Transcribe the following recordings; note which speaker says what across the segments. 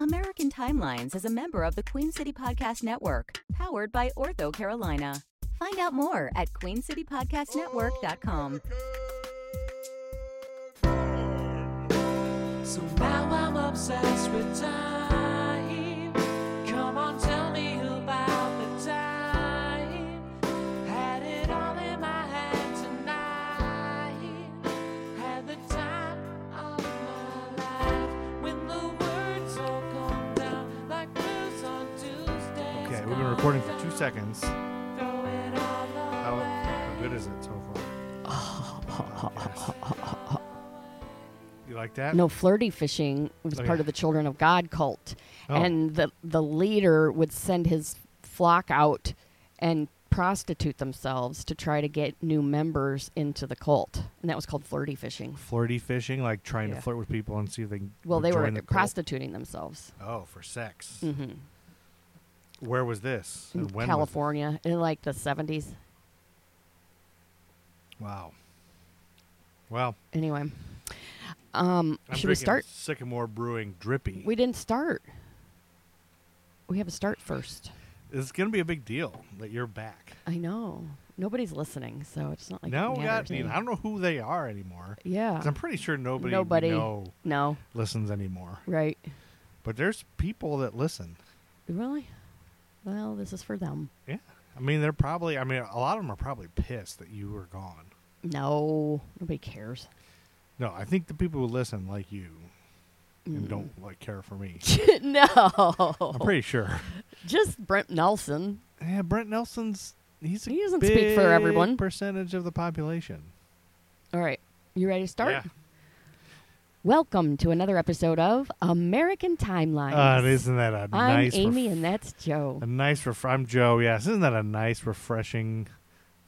Speaker 1: American Timelines is a member of the Queen City Podcast Network, powered by Ortho Carolina. Find out more at queencitypodcastnetwork.com.
Speaker 2: So now I'm obsessed with time. Come on, tell me about the time. Had it all in my head tonight. Had the time of my life when the words all come down like blues on Tuesdays.
Speaker 3: Okay, we've been recording for two seconds.
Speaker 2: Throw it all
Speaker 3: How,
Speaker 2: away.
Speaker 3: how good is it so far? Yes. You like that?
Speaker 4: No, flirty fishing was
Speaker 3: Okay.
Speaker 4: part of the Children of God cult,
Speaker 3: Oh.
Speaker 4: and the the leader would send his flock out and prostitute themselves to try to get new members into the cult, and that was called flirty fishing.
Speaker 3: Flirty fishing, like trying
Speaker 4: Yeah.
Speaker 3: to flirt with people and see if they can
Speaker 4: Well, they were
Speaker 3: join the cult?
Speaker 4: prostituting themselves.
Speaker 3: Oh, for sex.
Speaker 4: Mm-hmm.
Speaker 3: Where was this?
Speaker 4: In
Speaker 3: And when was it?
Speaker 4: California, in like the seventies.
Speaker 3: Wow. Well,
Speaker 4: Anyway, um,
Speaker 3: I'm
Speaker 4: should we
Speaker 3: drinking
Speaker 4: start?
Speaker 3: Sycamore Brewing Drippy.
Speaker 4: We didn't start. We have a start first.
Speaker 3: it's going to be a big deal that you're back.
Speaker 4: I know nobody's listening, so it's not like
Speaker 3: now
Speaker 4: it
Speaker 3: we got,
Speaker 4: matters
Speaker 3: I mean, I
Speaker 4: anymore.
Speaker 3: don't know who they are anymore. 'Cause
Speaker 4: Yeah.
Speaker 3: I'm pretty sure nobody,
Speaker 4: Nobody.
Speaker 3: we know
Speaker 4: No.
Speaker 3: listens anymore.
Speaker 4: Right.
Speaker 3: But there's people that listen.
Speaker 4: Really? Well, this is for them.
Speaker 3: Yeah. I mean, they're probably, I mean, a lot of them are probably pissed that you were gone.
Speaker 4: No, nobody cares.
Speaker 3: No, I think the people who listen like you
Speaker 4: Mm.
Speaker 3: and don't like care for me.
Speaker 4: no,
Speaker 3: I'm pretty sure.
Speaker 4: just Brent Nelson.
Speaker 3: Yeah, Brent Nelson's he's a
Speaker 4: He doesn't speak for
Speaker 3: big
Speaker 4: everyone.
Speaker 3: percentage of the population.
Speaker 4: All right, you ready to start? Welcome to another episode of American Timelines.
Speaker 3: Uh, isn't that a
Speaker 4: I'm
Speaker 3: nice
Speaker 4: Amy,
Speaker 3: ref-
Speaker 4: and that's Joe.
Speaker 3: a nice ref- I'm Joe. Yes, isn't that a nice refreshing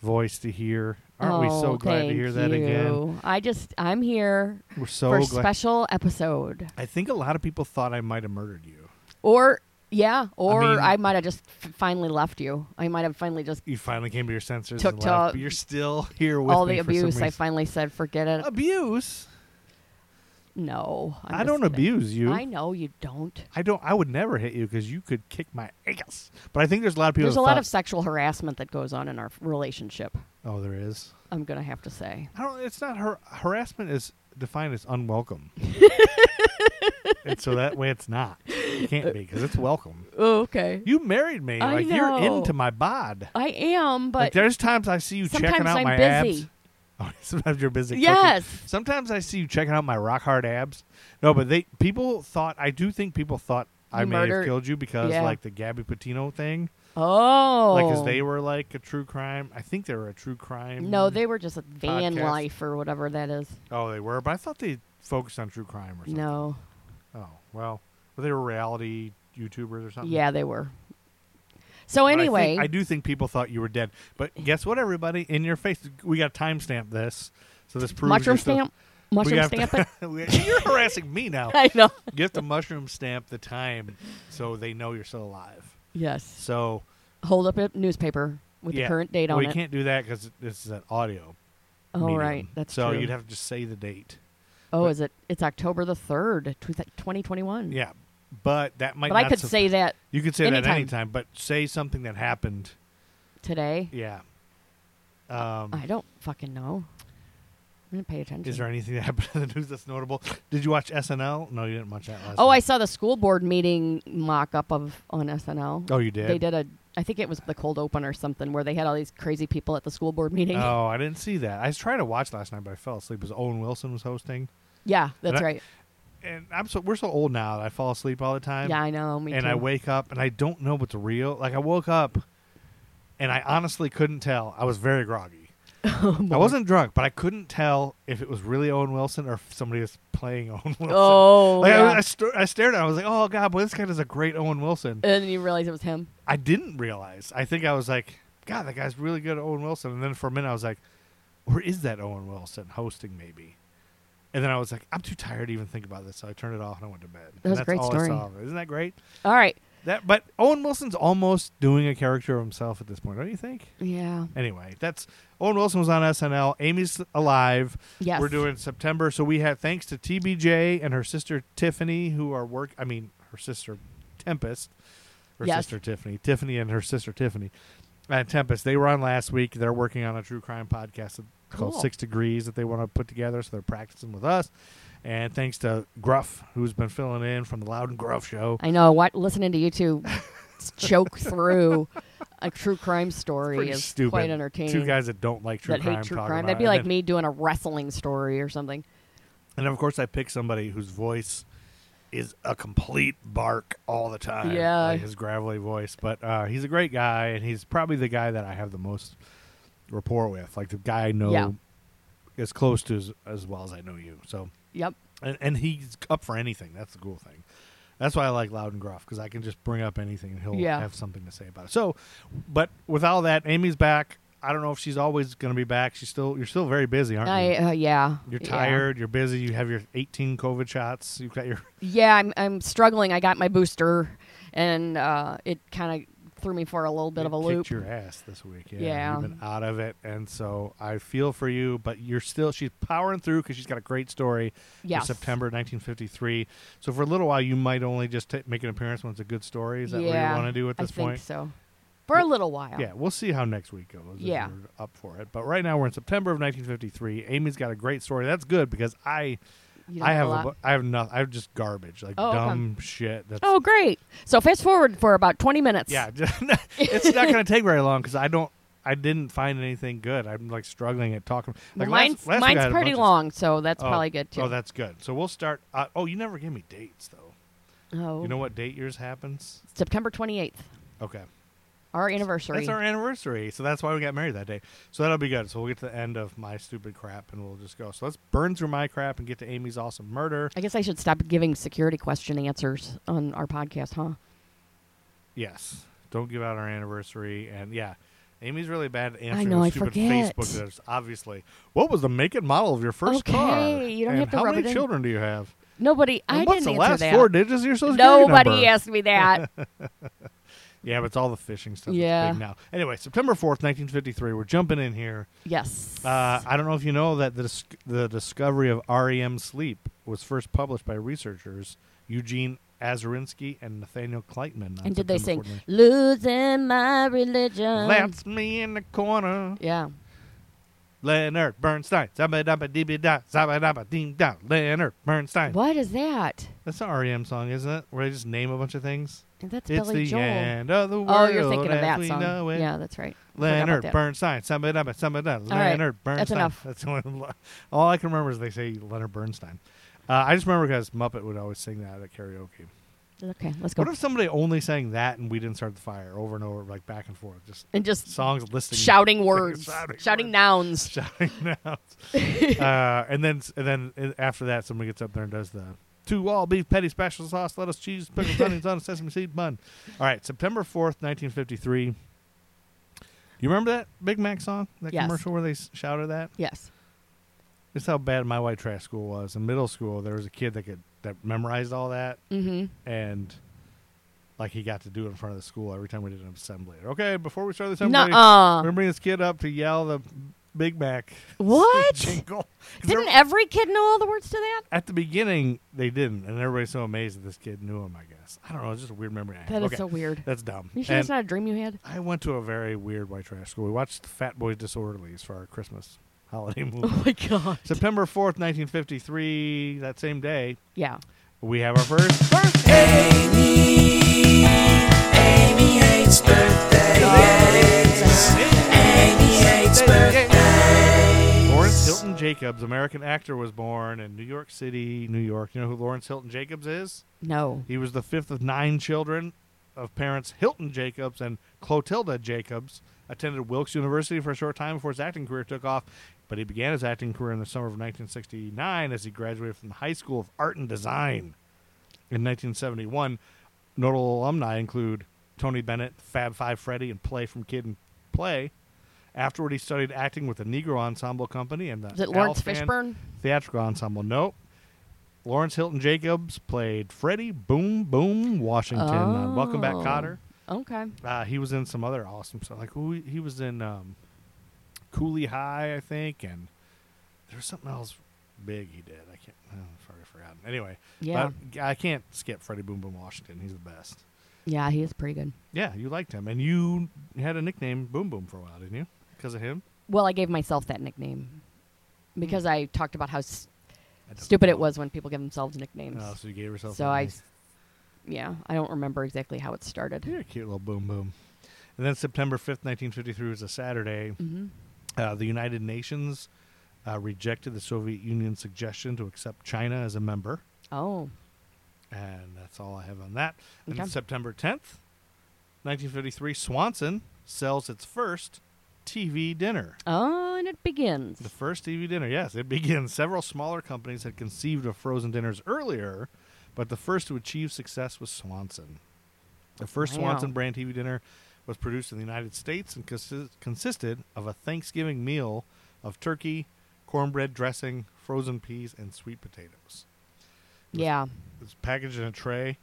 Speaker 3: voice to hear? Aren't we so
Speaker 4: Oh,
Speaker 3: glad to
Speaker 4: thank
Speaker 3: hear that again?
Speaker 4: you. I just, I'm here
Speaker 3: We're so
Speaker 4: for a
Speaker 3: glad.
Speaker 4: special episode.
Speaker 3: I think a lot of people thought I might have murdered you.
Speaker 4: Or, yeah, or I,
Speaker 3: mean-
Speaker 4: might have just f- finally left you. I might have finally just
Speaker 3: You finally came to your senses
Speaker 4: Took
Speaker 3: and
Speaker 4: to-
Speaker 3: left, but you're still here with
Speaker 4: all
Speaker 3: me
Speaker 4: the
Speaker 3: for some
Speaker 4: abuse. I
Speaker 3: reason.
Speaker 4: finally said, forget it.
Speaker 3: abuse.
Speaker 4: No, I'm
Speaker 3: I'm I
Speaker 4: just
Speaker 3: do not
Speaker 4: kidding.
Speaker 3: abuse you.
Speaker 4: I know you don't.
Speaker 3: I don't. I would never hit you because you could kick my ass. But I think there's a lot of people.
Speaker 4: There's
Speaker 3: that
Speaker 4: a lot
Speaker 3: thought-
Speaker 4: of sexual harassment that goes on in our relationship.
Speaker 3: Oh, there is.
Speaker 4: I'm gonna have to say.
Speaker 3: I don't. It's not har- harassment is defined as unwelcome. and so that way, it's not. It can't be because it's welcome.
Speaker 4: Oh, okay.
Speaker 3: You married me.
Speaker 4: I
Speaker 3: like you're
Speaker 4: know.
Speaker 3: into my bod.
Speaker 4: I am, but
Speaker 3: like there's times I see you checking
Speaker 4: sometimes
Speaker 3: out
Speaker 4: I'm
Speaker 3: my abs.
Speaker 4: busy.
Speaker 3: Oh, sometimes you're busy. cooking.
Speaker 4: Yes.
Speaker 3: Sometimes I see you checking out my rock hard abs. No, but they people thought. I do think people thought I
Speaker 4: You
Speaker 3: may have
Speaker 4: murdered-
Speaker 3: killed you because
Speaker 4: Yeah.
Speaker 3: like the Gabby Patino thing.
Speaker 4: oh,
Speaker 3: Like, 'cause they were like a true crime. I think they were a true crime.
Speaker 4: No, they were just a van
Speaker 3: Podcast.
Speaker 4: life or whatever that is.
Speaker 3: Oh, they were, but I thought they focused on true crime or something.
Speaker 4: No,
Speaker 3: Oh well, well, they were reality YouTubers or something.
Speaker 4: yeah, they were. So
Speaker 3: But I think-
Speaker 4: anyway,
Speaker 3: I, do think people thought you were dead. But guess what, everybody, in your face, we got to timestamp this, so this proves
Speaker 4: mushroom
Speaker 3: you're still-
Speaker 4: stamp,
Speaker 3: we
Speaker 4: mushroom
Speaker 3: have
Speaker 4: stamp
Speaker 3: to-
Speaker 4: it.
Speaker 3: we- you're harassing me now.
Speaker 4: I know.
Speaker 3: You have to mushroom stamp the time so they know you're still alive.
Speaker 4: Yes.
Speaker 3: So
Speaker 4: Hold up a newspaper with
Speaker 3: yeah.
Speaker 4: the current date
Speaker 3: well,
Speaker 4: on
Speaker 3: you
Speaker 4: it.
Speaker 3: can't do that because this is an audio.
Speaker 4: oh,
Speaker 3: medium.
Speaker 4: right. That's
Speaker 3: so
Speaker 4: true.
Speaker 3: you'd have to just say the date.
Speaker 4: Oh,
Speaker 3: But-
Speaker 4: is it? It's October the third, twenty twenty one.
Speaker 3: Yeah, but that might.
Speaker 4: but I
Speaker 3: not
Speaker 4: could
Speaker 3: suffi-
Speaker 4: say that
Speaker 3: You could say that
Speaker 4: anytime.
Speaker 3: anytime, but say something that happened.
Speaker 4: today.
Speaker 3: Yeah. Um,
Speaker 4: I don't fucking know. I didn't pay attention.
Speaker 3: is there anything that happened in the news that's notable? Did you watch SNL? No, you didn't watch that last.
Speaker 4: oh, I
Speaker 3: night.
Speaker 4: saw the school board meeting mock up of on SNL.
Speaker 3: Oh, you did.
Speaker 4: They did a, I think it was the cold open or something where they had all these crazy people at the school board meeting.
Speaker 3: Oh, I didn't see that. I was trying to watch last night, but I fell asleep. It was Owen Wilson was hosting,
Speaker 4: yeah, that's
Speaker 3: I-
Speaker 4: right.
Speaker 3: and I'm so we're so old now that I fall asleep all the time.
Speaker 4: yeah, I know. Me
Speaker 3: and
Speaker 4: too.
Speaker 3: I wake up and I don't know what's real. Like I woke up, and I honestly couldn't tell. I was very groggy.
Speaker 4: Oh,
Speaker 3: I wasn't drunk, but I couldn't tell if it was really Owen Wilson or if somebody was playing Owen Wilson.
Speaker 4: Oh,
Speaker 3: Like
Speaker 4: yeah.
Speaker 3: I, I, st- I stared at him. I was like, "Oh God, boy, this guy does a great Owen Wilson."
Speaker 4: and then you realize it was him.
Speaker 3: I didn't realize. I think I was like, "God, that guy's really good at Owen Wilson." And then for a minute, I was like, "Or is that Owen Wilson hosting maybe?" And then I was like, "I'm too tired to even think about this," so I turned it off and I went to bed.
Speaker 4: That was
Speaker 3: And
Speaker 4: a great
Speaker 3: all I
Speaker 4: story.
Speaker 3: saw of it. Isn't that great?
Speaker 4: All right.
Speaker 3: That, but Owen Wilson's almost doing a character of himself at this point, don't you think?
Speaker 4: Yeah.
Speaker 3: Anyway, that's Owen Wilson was on SNL. Amy's alive.
Speaker 4: Yes.
Speaker 3: We're doing September, so we had thanks to TBJ and her sister Tiffany, who are work. I mean, her sister Tempest, her
Speaker 4: Yes.
Speaker 3: sister Tiffany, Tiffany and her sister Tiffany, and Tempest. They were on last week. They're working on a true crime podcast called
Speaker 4: Cool.
Speaker 3: Six Degrees that they want to put together. So they're practicing with us. And thanks to Gruff, who's been filling in from the Loud and Gruff show.
Speaker 4: I know. What listening to you two s- choke through a true crime story
Speaker 3: Pretty
Speaker 4: is
Speaker 3: stupid.
Speaker 4: quite entertaining.
Speaker 3: Two guys that don't like true
Speaker 4: that
Speaker 3: crime
Speaker 4: hate true
Speaker 3: talking
Speaker 4: crime.
Speaker 3: about
Speaker 4: That'd be
Speaker 3: it.
Speaker 4: like
Speaker 3: And-
Speaker 4: me doing a wrestling story or something.
Speaker 3: And of course, I pick somebody whose voice is a complete bark all the time.
Speaker 4: Yeah.
Speaker 3: like his gravelly voice. But uh, he's a great guy, and he's probably the guy that I have the most rapport with. Like the guy I know
Speaker 4: Yeah.
Speaker 3: as close to as, as well as I know you. So,
Speaker 4: Yep.
Speaker 3: and, and he's up for anything. That's the cool thing. That's why I like Loud and Gruff because I can just bring up anything and he'll
Speaker 4: Yeah.
Speaker 3: have something to say about it. So, but with all that, Amy's back. I don't know if she's always going to be back. She's still you're still very busy, aren't you?
Speaker 4: I uh, yeah.
Speaker 3: You're
Speaker 4: Yeah.
Speaker 3: tired. You're busy. You have your 18 COVID shots. You've got your.
Speaker 4: Yeah, I'm I'm struggling. I got my booster, and uh, it kind of threw me for a little bit of a
Speaker 3: it
Speaker 4: loop.
Speaker 3: Kicked your ass this week. Yeah,
Speaker 4: Yeah.
Speaker 3: You've been out of it, and so I feel for you. But you're still. She's powering through because she's got a great story. for
Speaker 4: Yes.
Speaker 3: September 1953. So for a little while, you might only just ta make an appearance when it's a good story. Is that what
Speaker 4: Yeah,
Speaker 3: you want to do at this
Speaker 4: I
Speaker 3: point?
Speaker 4: think so. For a little while.
Speaker 3: Yeah, we'll see how next week goes. if
Speaker 4: Yeah.
Speaker 3: we're up for it. But right now we're in September of 1953. Amy's got a great story. That's good because I,
Speaker 4: You don't
Speaker 3: I have,
Speaker 4: know a
Speaker 3: a
Speaker 4: lot.
Speaker 3: bu- I have nothing. I have just garbage, like
Speaker 4: Oh, okay.
Speaker 3: dumb shit. That's
Speaker 4: Oh, great. So fast forward for about 20 minutes.
Speaker 3: Yeah, it's not going to take very long because I don't. I didn't find anything good. I'm like struggling at talking. Like
Speaker 4: Well, mine's
Speaker 3: last, last week I
Speaker 4: mine's
Speaker 3: had a
Speaker 4: pretty
Speaker 3: bunch of-
Speaker 4: long, so that's
Speaker 3: oh,
Speaker 4: probably good too.
Speaker 3: Oh, that's good. So we'll start. Uh, oh, you never gave me dates though.
Speaker 4: Oh.
Speaker 3: You know what date yours happens?
Speaker 4: September 28th,
Speaker 3: Okay,
Speaker 4: our anniversary.
Speaker 3: that's our anniversary, so that's why we got married that day. So that'll be good. So we'll get to the end of my stupid crap and we'll just go. So let's burn through my crap and get to Amy's awesome murder.
Speaker 4: I guess I should stop giving security question answers on our podcast, huh?
Speaker 3: Yes. Don't give out our anniversary. And yeah, Amy's really bad at answering
Speaker 4: know,
Speaker 3: those
Speaker 4: I
Speaker 3: stupid
Speaker 4: forget.
Speaker 3: Facebook. There's obviously. What was the make and model of your first car?
Speaker 4: Okay, you don't
Speaker 3: And
Speaker 4: have to
Speaker 3: How
Speaker 4: rub
Speaker 3: many
Speaker 4: it in.
Speaker 3: children do you have?
Speaker 4: Nobody,
Speaker 3: And
Speaker 4: I
Speaker 3: what's
Speaker 4: didn't
Speaker 3: the
Speaker 4: answer
Speaker 3: last
Speaker 4: that.
Speaker 3: four digits of your social security
Speaker 4: Nobody
Speaker 3: number?
Speaker 4: asked me that.
Speaker 3: Yeah, but it's all the phishing stuff.
Speaker 4: Yeah.
Speaker 3: That's big now. Anyway, September fourth, nineteen fifty-three. We're jumping in here.
Speaker 4: yes.
Speaker 3: Uh, I don't know if you know that the dis- the discovery of REM sleep was first published by researchers Eugene Azarinsky and Nathaniel Kleitman. on
Speaker 4: and did they
Speaker 3: September
Speaker 4: sing
Speaker 3: 14th.
Speaker 4: "Losing My Religion"?
Speaker 3: That's me in the corner.
Speaker 4: yeah.
Speaker 3: Leonard Bernstein. Zabba-dabba-dee-be-da. Leonard Bernstein.
Speaker 4: What is that?
Speaker 3: That's an REM song, isn't it? Where they just name a bunch of things.
Speaker 4: That's
Speaker 3: it's
Speaker 4: Billy
Speaker 3: the
Speaker 4: Joel.
Speaker 3: end of the world.
Speaker 4: oh, you're thinking of
Speaker 3: as
Speaker 4: that
Speaker 3: we
Speaker 4: song.
Speaker 3: know it.
Speaker 4: Yeah, that's right. I forgot about
Speaker 3: Leonard
Speaker 4: that.
Speaker 3: Bernstein. Zabba-dabba, zabba-dabba.
Speaker 4: All right,
Speaker 3: Leonard
Speaker 4: that's
Speaker 3: Bernstein.
Speaker 4: enough.
Speaker 3: That's the one. All I can remember is they say Leonard Bernstein. Uh, I just remember because Muppet would always sing that at karaoke.
Speaker 4: Okay, let's go.
Speaker 3: What if somebody only sang that and we didn't start the fire over and over, like back and forth, just
Speaker 4: and just
Speaker 3: songs listing
Speaker 4: shouting words,
Speaker 3: Shouting
Speaker 4: shouting,
Speaker 3: words.
Speaker 4: nouns.
Speaker 3: shouting out. uh, and then and then after that, somebody gets up there and does the two all beef patty special sauce, lettuce, cheese, pickles, onions on a sesame seed bun. All right, September fourth, nineteen fifty three. You remember that Big Mac song, that
Speaker 4: Yes.
Speaker 3: commercial where they s- shouted that?
Speaker 4: yes.
Speaker 3: That's how bad my white trash school was. In middle school, there was a kid that could that memorized all that,
Speaker 4: Mm-hmm.
Speaker 3: and like he got to do it in front of the school every time we did an assembly. Okay, before we start the assembly, we're
Speaker 4: Nuh-uh.
Speaker 3: gonna bring this kid up to yell the Big Mac
Speaker 4: What?
Speaker 3: jingle. 'Cause
Speaker 4: Didn't
Speaker 3: every-
Speaker 4: every kid know all the words to that?
Speaker 3: at the beginning they didn't, and everybody's so amazed that this kid knew him. I guess I don't know. It's just a weird memory. I have.
Speaker 4: That is
Speaker 3: okay.
Speaker 4: so weird.
Speaker 3: That's dumb.
Speaker 4: You sure
Speaker 3: And
Speaker 4: that's not a dream you had?
Speaker 3: I went to a very weird white trash school. We watched Fat Boys Disorderlies for our Christmas holiday movie.
Speaker 4: Oh my god.
Speaker 3: September fourth, nineteen fifty-three. That same day,
Speaker 4: Yeah.
Speaker 3: we have our first birthday.
Speaker 2: Amy hates birthdays. Amy hates
Speaker 3: Lawrence Hilton Jacobs, American actor, was born in New York City, New York. You know who Lawrence Hilton Jacobs is?
Speaker 4: No.
Speaker 3: He was the fifth of nine children of parents Hilton Jacobs and Clotilda Jacobs. Attended Wilkes University for a short time before his acting career took off, but he began his acting career in the summer of 1969 as he graduated from the High School of Art and Design. In 1971, notable alumni include Tony Bennett, Fab Five Freddy, and Play from Kid and Play. Afterward, he studied acting with the Negro Ensemble Company and the
Speaker 4: Is it Lawrence
Speaker 3: Alfan-
Speaker 4: Fishburne?
Speaker 3: theatrical ensemble. Nope. Lawrence Hilton Jacobs played Freddie Boom Boom Washington on Welcome Back,
Speaker 4: Oh.
Speaker 3: Cotter.
Speaker 4: Okay.
Speaker 3: Uh, he was in some other awesome stuff. Like who he was in um, Cooley High, I think, and there was something else big he did. I can't. Oh, I've already forgotten. Anyway,
Speaker 4: Yeah.
Speaker 3: but I can't skip Freddie Boom Boom Washington. He's the best.
Speaker 4: Yeah, he is pretty good.
Speaker 3: Yeah, you liked him, and you had a nickname Boom Boom for a while, didn't you? Because of him.
Speaker 4: Well, I gave myself that nickname because I talked about how s-
Speaker 3: That doesn't
Speaker 4: stupid it
Speaker 3: count.
Speaker 4: was when people give themselves nicknames.
Speaker 3: Oh, so you gave yourself.
Speaker 4: So
Speaker 3: a
Speaker 4: I,
Speaker 3: nice-
Speaker 4: yeah, I don't remember exactly how it started.
Speaker 3: You're a cute little boom boom. And then September 5th, 1953 was a Saturday.
Speaker 4: hmm
Speaker 3: Uh, the United Nations uh, rejected the Soviet Union's suggestion to accept China as a member.
Speaker 4: Oh,
Speaker 3: And that's all I have on that. And
Speaker 4: Okay.
Speaker 3: September 10th, 1953, Swanson sells its first TV dinner.
Speaker 4: oh, and it begins.
Speaker 3: The first TV dinner, yes, it begins. Several smaller companies had conceived of frozen dinners earlier, but the first to achieve success was Swanson. The first
Speaker 4: Wow.
Speaker 3: Swanson brand TV dinner was produced in the United States and consi- consisted of a Thanksgiving meal of turkey, cornbread dressing, frozen peas, and sweet potatoes.
Speaker 4: yeah.
Speaker 3: It was packaged in a tray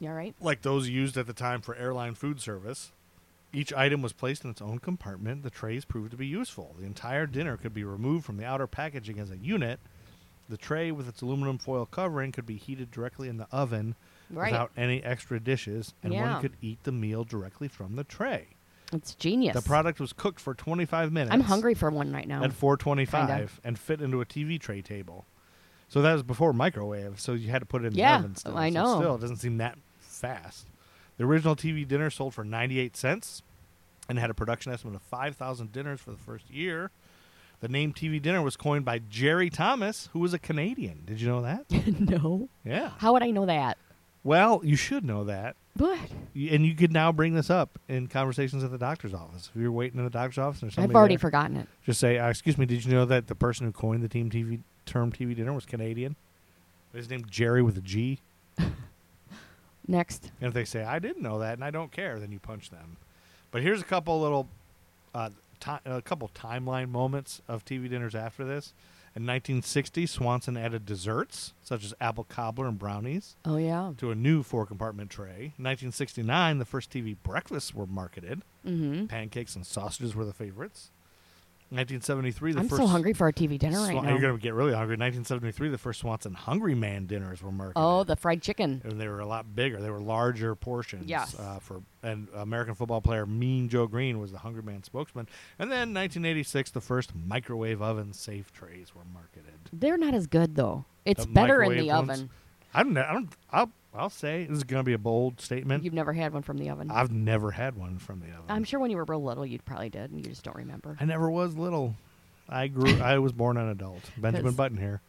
Speaker 4: You all right?
Speaker 3: like those used at the time for airline food service. Each item was placed in its own compartment. The trays proved to be useful. The entire dinner could be removed from the outer packaging as a unit. The tray with its aluminum foil covering could be heated directly in the oven
Speaker 4: Right.
Speaker 3: without any extra dishes, and
Speaker 4: Yeah.
Speaker 3: one could eat the meal directly from the tray.
Speaker 4: It's genius.
Speaker 3: The product was cooked for 25 minutes
Speaker 4: I'm hungry for one right now.
Speaker 3: at 425
Speaker 4: Oh. Kinda.
Speaker 3: and fit into a TV tray table. So that was before microwave, so you had to put it in
Speaker 4: Yeah,
Speaker 3: the oven still.
Speaker 4: I
Speaker 3: So
Speaker 4: know.
Speaker 3: still, it doesn't seem that fast. The original TV dinner sold for 98 cents and had a production estimate of 5,000 dinners for the first year. The name TV dinner was coined by Jerry Thomas, who was a Canadian. Did you know that?
Speaker 4: no.
Speaker 3: yeah.
Speaker 4: How would I know that?
Speaker 3: Well, you should know that.
Speaker 4: But
Speaker 3: Y- And you could now bring this up in conversations at the doctor's office. If you're waiting in the doctor's office and there's somebody
Speaker 4: I've already
Speaker 3: there-
Speaker 4: forgotten it.
Speaker 3: just say, uh, "Excuse me, did you know that the person who coined the team TV term TV dinner was Canadian? His name Jerry with a G."
Speaker 4: Next.
Speaker 3: And if they say, "I didn't know that," and I don't care, then you punch them. But here's a couple little, uh, ti a couple timeline moments of TV dinners after this. In 1960, Swanson added desserts such as apple cobbler and brownies
Speaker 4: Oh, yeah.
Speaker 3: to a new four-compartment tray. In 1969, the first TV breakfasts were marketed.
Speaker 4: Mm-hmm.
Speaker 3: Pancakes and sausages were the favorites. 1973, the
Speaker 4: I'm
Speaker 3: first
Speaker 4: so hungry for a TV dinner right
Speaker 3: Swan-
Speaker 4: now.
Speaker 3: You're gonna get really hungry. 1973, the first Swanson Hungry Man dinners were marketed.
Speaker 4: oh, the fried chicken.
Speaker 3: and they were a lot bigger. They were larger portions.
Speaker 4: Yes.
Speaker 3: Uh, for and American football player Mean Joe Green was the Hungry Man spokesman. And then 1986, the first microwave oven safe trays were marketed.
Speaker 4: They're not as good, though. It's
Speaker 3: The
Speaker 4: better in
Speaker 3: microwave
Speaker 4: the
Speaker 3: ones?
Speaker 4: oven.
Speaker 3: I don't. know- I don't. I'll, I'll say this is gonna be a bold statement.
Speaker 4: You've never had one from the oven.
Speaker 3: I've never had one from the oven.
Speaker 4: I'm sure when you were real little, you probably did, and you just don't remember.
Speaker 3: I never was little. I grew. I was born an adult. Benjamin
Speaker 4: 'Cause-
Speaker 3: Button here.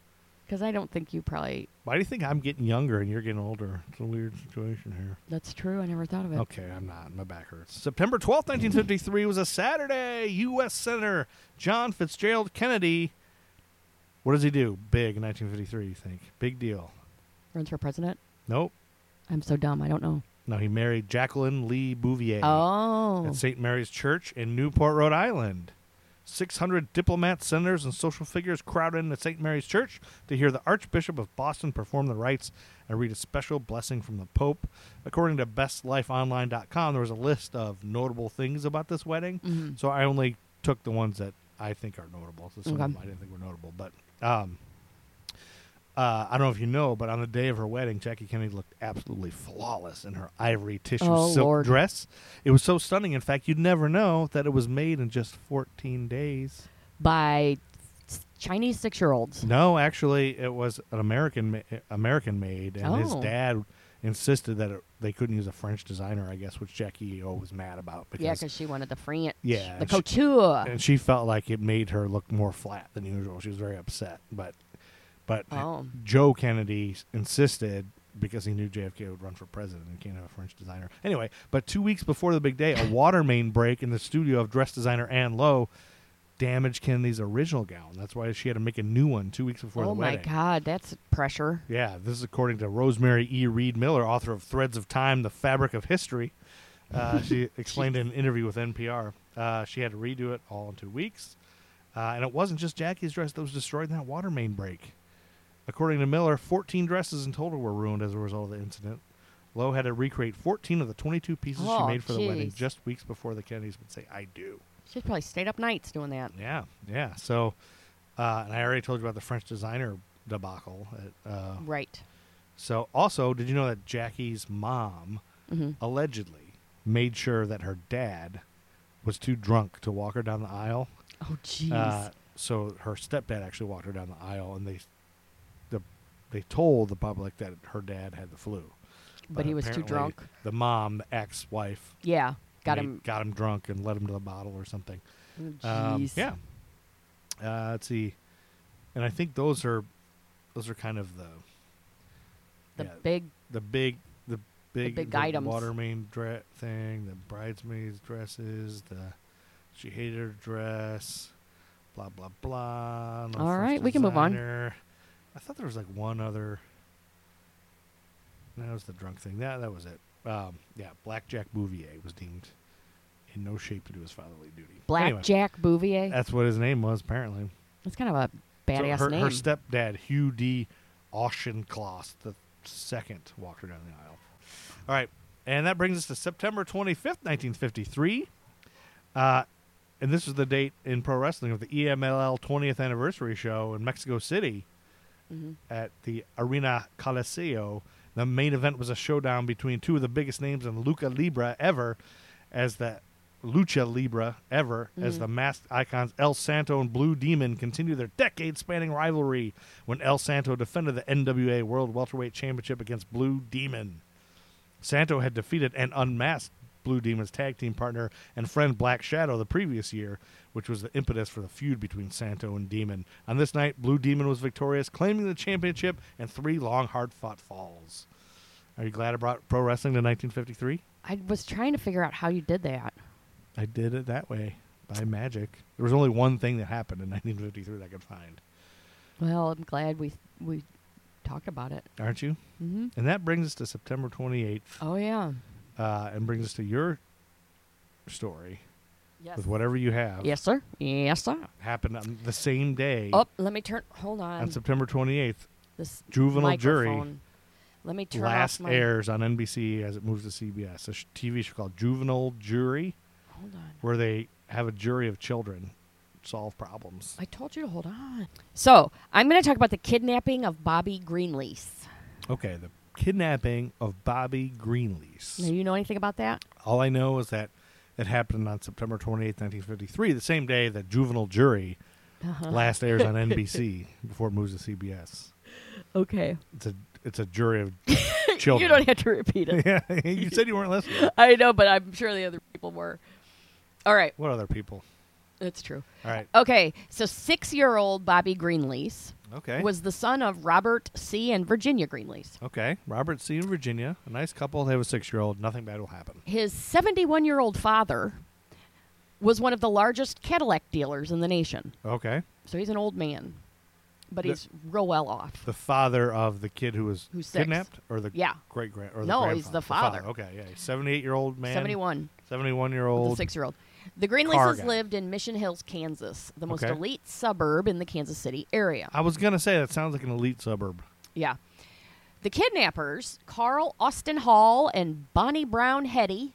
Speaker 4: Because I don't think you probably.
Speaker 3: Why do you think I'm getting younger and you're getting older? It's a weird situation here.
Speaker 4: That's true. I never thought of it.
Speaker 3: Okay, I'm not. My back hurts. September twelfth, 1953 was a Saturday. U.S. Senator John Fitzgerald Kennedy. What does he do? Big in 1953, you think? Big deal.
Speaker 4: Runs for president.
Speaker 3: Nope.
Speaker 4: I'm so dumb. I don't know.
Speaker 3: No, he married Jacqueline Lee Bouvier
Speaker 4: Oh.
Speaker 3: at St. Mary's Church in Newport, Rhode Island. 600 diplomats, senators, and social figures crowded into St. Mary's Church to hear the Archbishop of Boston perform the rites and read a special blessing from the Pope. According to bestlifeonline.com, there was a list of notable things about this wedding.
Speaker 4: Mhm.
Speaker 3: So I only took the ones that I think are notable. So some
Speaker 4: Okay.
Speaker 3: of them I didn't think were notable. But um, uh, I don't know if you know, but on the day of her wedding, Jackie Kennedy looked absolutely flawless in her ivory tissue
Speaker 4: Oh,
Speaker 3: silk
Speaker 4: Lord.
Speaker 3: dress. It was so stunning, in fact, you'd never know that it was made in just 14 days.
Speaker 4: By s- Chinese six-year-olds.
Speaker 3: No, actually, it was an American ma- American made, and his
Speaker 4: Oh.
Speaker 3: dad insisted that it, they couldn't use a French designer, I guess, which Jackie O was mad about
Speaker 4: Yeah,
Speaker 3: because
Speaker 4: because she wanted the French.
Speaker 3: Yeah,
Speaker 4: The
Speaker 3: and she-
Speaker 4: couture.
Speaker 3: and she felt like it made her look more flat than usual. She was very upset, but but
Speaker 4: Oh.
Speaker 3: Joe Kennedy insisted because he knew JFK would run for president and can't have a French designer. Anyway, but two weeks before the big day, a water main break in the studio of dress designer Ann Lowe damaged Kennedy's original gown. That's why she had to make a new one two weeks before
Speaker 4: oh
Speaker 3: the
Speaker 4: my
Speaker 3: wedding.
Speaker 4: God, that's pressure.
Speaker 3: Yeah, this is according to Rosemary E. Reed Miller, author of Threads of Time, The Fabric of History. Uh, she explained in an interview with NPR. Uh, she had to redo it all in two weeks. Uh, and it wasn't just Jackie's dress that was destroyed in that water main break. According to Miller, 14 dresses in total were ruined as a result of the incident. Lowe had to recreate 14 of the 22 pieces
Speaker 4: Oh,
Speaker 3: she made for the wedding
Speaker 4: jeez.
Speaker 3: just weeks before the Kennedys would say, I do.
Speaker 4: She's probably stayed up nights doing that.
Speaker 3: Yeah, yeah. So, uh, and I already told you about the French designer debacle. At, uh,
Speaker 4: Right.
Speaker 3: so, also, did you know that Jackie's mom
Speaker 4: hmm
Speaker 3: allegedly made sure that her dad was too drunk to walk her down the aisle?
Speaker 4: Oh, jeez.
Speaker 3: Uh, so her stepdad actually walked her down the aisle, and they, the, they told the public that her dad had the flu.
Speaker 4: but he was too
Speaker 3: apparently
Speaker 4: drunk.
Speaker 3: The mom, the ex-wife,
Speaker 4: Yeah. Got
Speaker 3: made-
Speaker 4: him.
Speaker 3: got him drunk and led him to the bottle or something.
Speaker 4: Oh,
Speaker 3: Um,
Speaker 4: jeez.
Speaker 3: yeah. Uh, let's see, and I think those are, those are kind of the,
Speaker 4: The
Speaker 3: yeah,
Speaker 4: big.
Speaker 3: the big, the big,
Speaker 4: big items.
Speaker 3: water main dre- thing, the bridesmaids dresses, the, she hated her dress, blah blah blah. no
Speaker 4: All
Speaker 3: first
Speaker 4: right, we can move on.
Speaker 3: designer. I thought there was like one other. That was the drunk thing. That that was it. Um, yeah, Blackjack Bouvier was deemed in no shape to do his fatherly duty. Anyway,
Speaker 4: Blackjack Bouvier.
Speaker 3: that's what his name was apparently.
Speaker 4: That's kind of a badass
Speaker 3: so her,
Speaker 4: name.
Speaker 3: her stepdad, Hugh D. Auchincloss the second, walked her down the aisle. All right, and that brings us to September 25th, 1953. Uh, and this is the date in pro wrestling of the E EMLL 20th anniversary show in Mexico City
Speaker 4: Mhm.
Speaker 3: at the Arena Coliseo. The main event was a showdown between two of the biggest names in Lucha Libre ever, as the Lucha Libre ever, as the masked icons El Santo and Blue Demon continue their decade spanning rivalry when El Santo defended the NWA World Welterweight Championship against Blue Demon. Santo had defeated and unmasked Blue Demon's tag team partner and friend Black Shadow the previous year, which was the impetus for the feud between Santo and Demon. On this night, Blue Demon was victorious, claiming the championship and three long, hard fought falls. Are you glad I brought pro wrestling to 1953?
Speaker 4: I was trying to figure out how you did that.
Speaker 3: I did it that way by magic. There was only one thing that happened in 1953 that I could find.
Speaker 4: Well, I'm glad we we talked about it.
Speaker 3: Aren't you?
Speaker 4: Mm-hmm.
Speaker 3: And that brings us to September 28th
Speaker 4: Oh yeah.
Speaker 3: uh, and brings us to your story
Speaker 4: Yes.
Speaker 3: with whatever you have.
Speaker 4: Yes, sir. Yes, sir.
Speaker 3: happened on the same day
Speaker 4: Oh, let me turn. Hold on.
Speaker 3: on September 28th.
Speaker 4: this
Speaker 3: juvenile jury
Speaker 4: microphone. Let me turn
Speaker 3: Last
Speaker 4: off my.
Speaker 3: airs on NBC as it moves to CBS. A sh- TV show called Juvenile Jury,
Speaker 4: Hold on.
Speaker 3: where they have a jury of children solve problems.
Speaker 4: I told you to hold on. So I'm going to talk about the kidnapping of Bobby Greenlease.
Speaker 3: Okay, the kidnapping of Bobby
Speaker 4: Now,
Speaker 3: Greenlease.
Speaker 4: you know anything about that?
Speaker 3: All I know is that it happened on September 28th, 1953, the same day that Juvenile Jury
Speaker 4: Uh-huh.
Speaker 3: last airs on NBC before it moves to CBS.
Speaker 4: Okay.
Speaker 3: It's a it's a jury of children.
Speaker 4: You don't have to repeat it.
Speaker 3: yeah, you said you weren't listening.
Speaker 4: I know, but I'm sure the other people were. All right,
Speaker 3: What other people?
Speaker 4: that's true.
Speaker 3: All right.
Speaker 4: Okay, so six-year-old Bobby Greenlease
Speaker 3: Okay.
Speaker 4: was the son of Robert C. and Virginia Greenlease.
Speaker 3: Okay, Robert C. in Virginia, a nice couple. They have a six-year-old. Nothing bad will happen.
Speaker 4: His 71-year-old father was one of the largest Cadillac dealers in the nation.
Speaker 3: Okay,
Speaker 4: So he's an old man, but
Speaker 3: The-
Speaker 4: he's real well off.
Speaker 3: the father of the kid who was
Speaker 4: Who's six.
Speaker 3: kidnapped, or the
Speaker 4: Yeah.
Speaker 3: great grand or the
Speaker 4: No, he's the
Speaker 3: grandfather?
Speaker 4: father.
Speaker 3: Okay, yeah, seventy-eight-year-old man,
Speaker 4: 71, the
Speaker 3: seventy-one-year-old.
Speaker 4: six-year-old. The
Speaker 3: car
Speaker 4: Greenleases
Speaker 3: guy.
Speaker 4: lived in Mission Hills, Kansas, the most
Speaker 3: Okay.
Speaker 4: elite suburb in the Kansas City area.
Speaker 3: I was gonna say that sounds like an elite suburb.
Speaker 4: Yeah. The kidnappers, Carl Austin Hall and Bonnie Brown Hetty,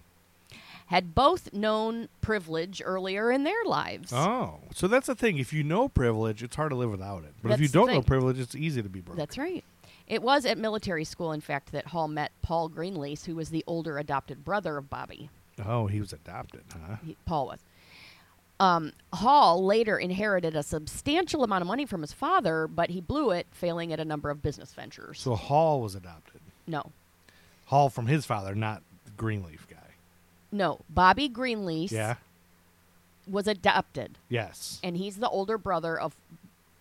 Speaker 4: had both known privilege earlier in their lives.
Speaker 3: Oh, so that's the thing. If you know privilege, it's hard to live without it. But if
Speaker 4: That's
Speaker 3: you
Speaker 4: the
Speaker 3: don't know
Speaker 4: thing.
Speaker 3: privilege, it's easy to be broke.
Speaker 4: That's right. It was at military school, in fact, that Hall met Paul Greenlease, who was the older adopted brother of Bobby.
Speaker 3: oh, he was adopted, huh?
Speaker 4: He, Paul was. Um, Hall later inherited a substantial amount of money from his father, but he blew it, failing at a number of business ventures.
Speaker 3: So Hall was adopted.
Speaker 4: no,
Speaker 3: Hall from his father, not the Greenleaf guy.
Speaker 4: no. Bobby Greenlease
Speaker 3: Yeah.
Speaker 4: was adopted.
Speaker 3: Yes.
Speaker 4: and he's the older brother of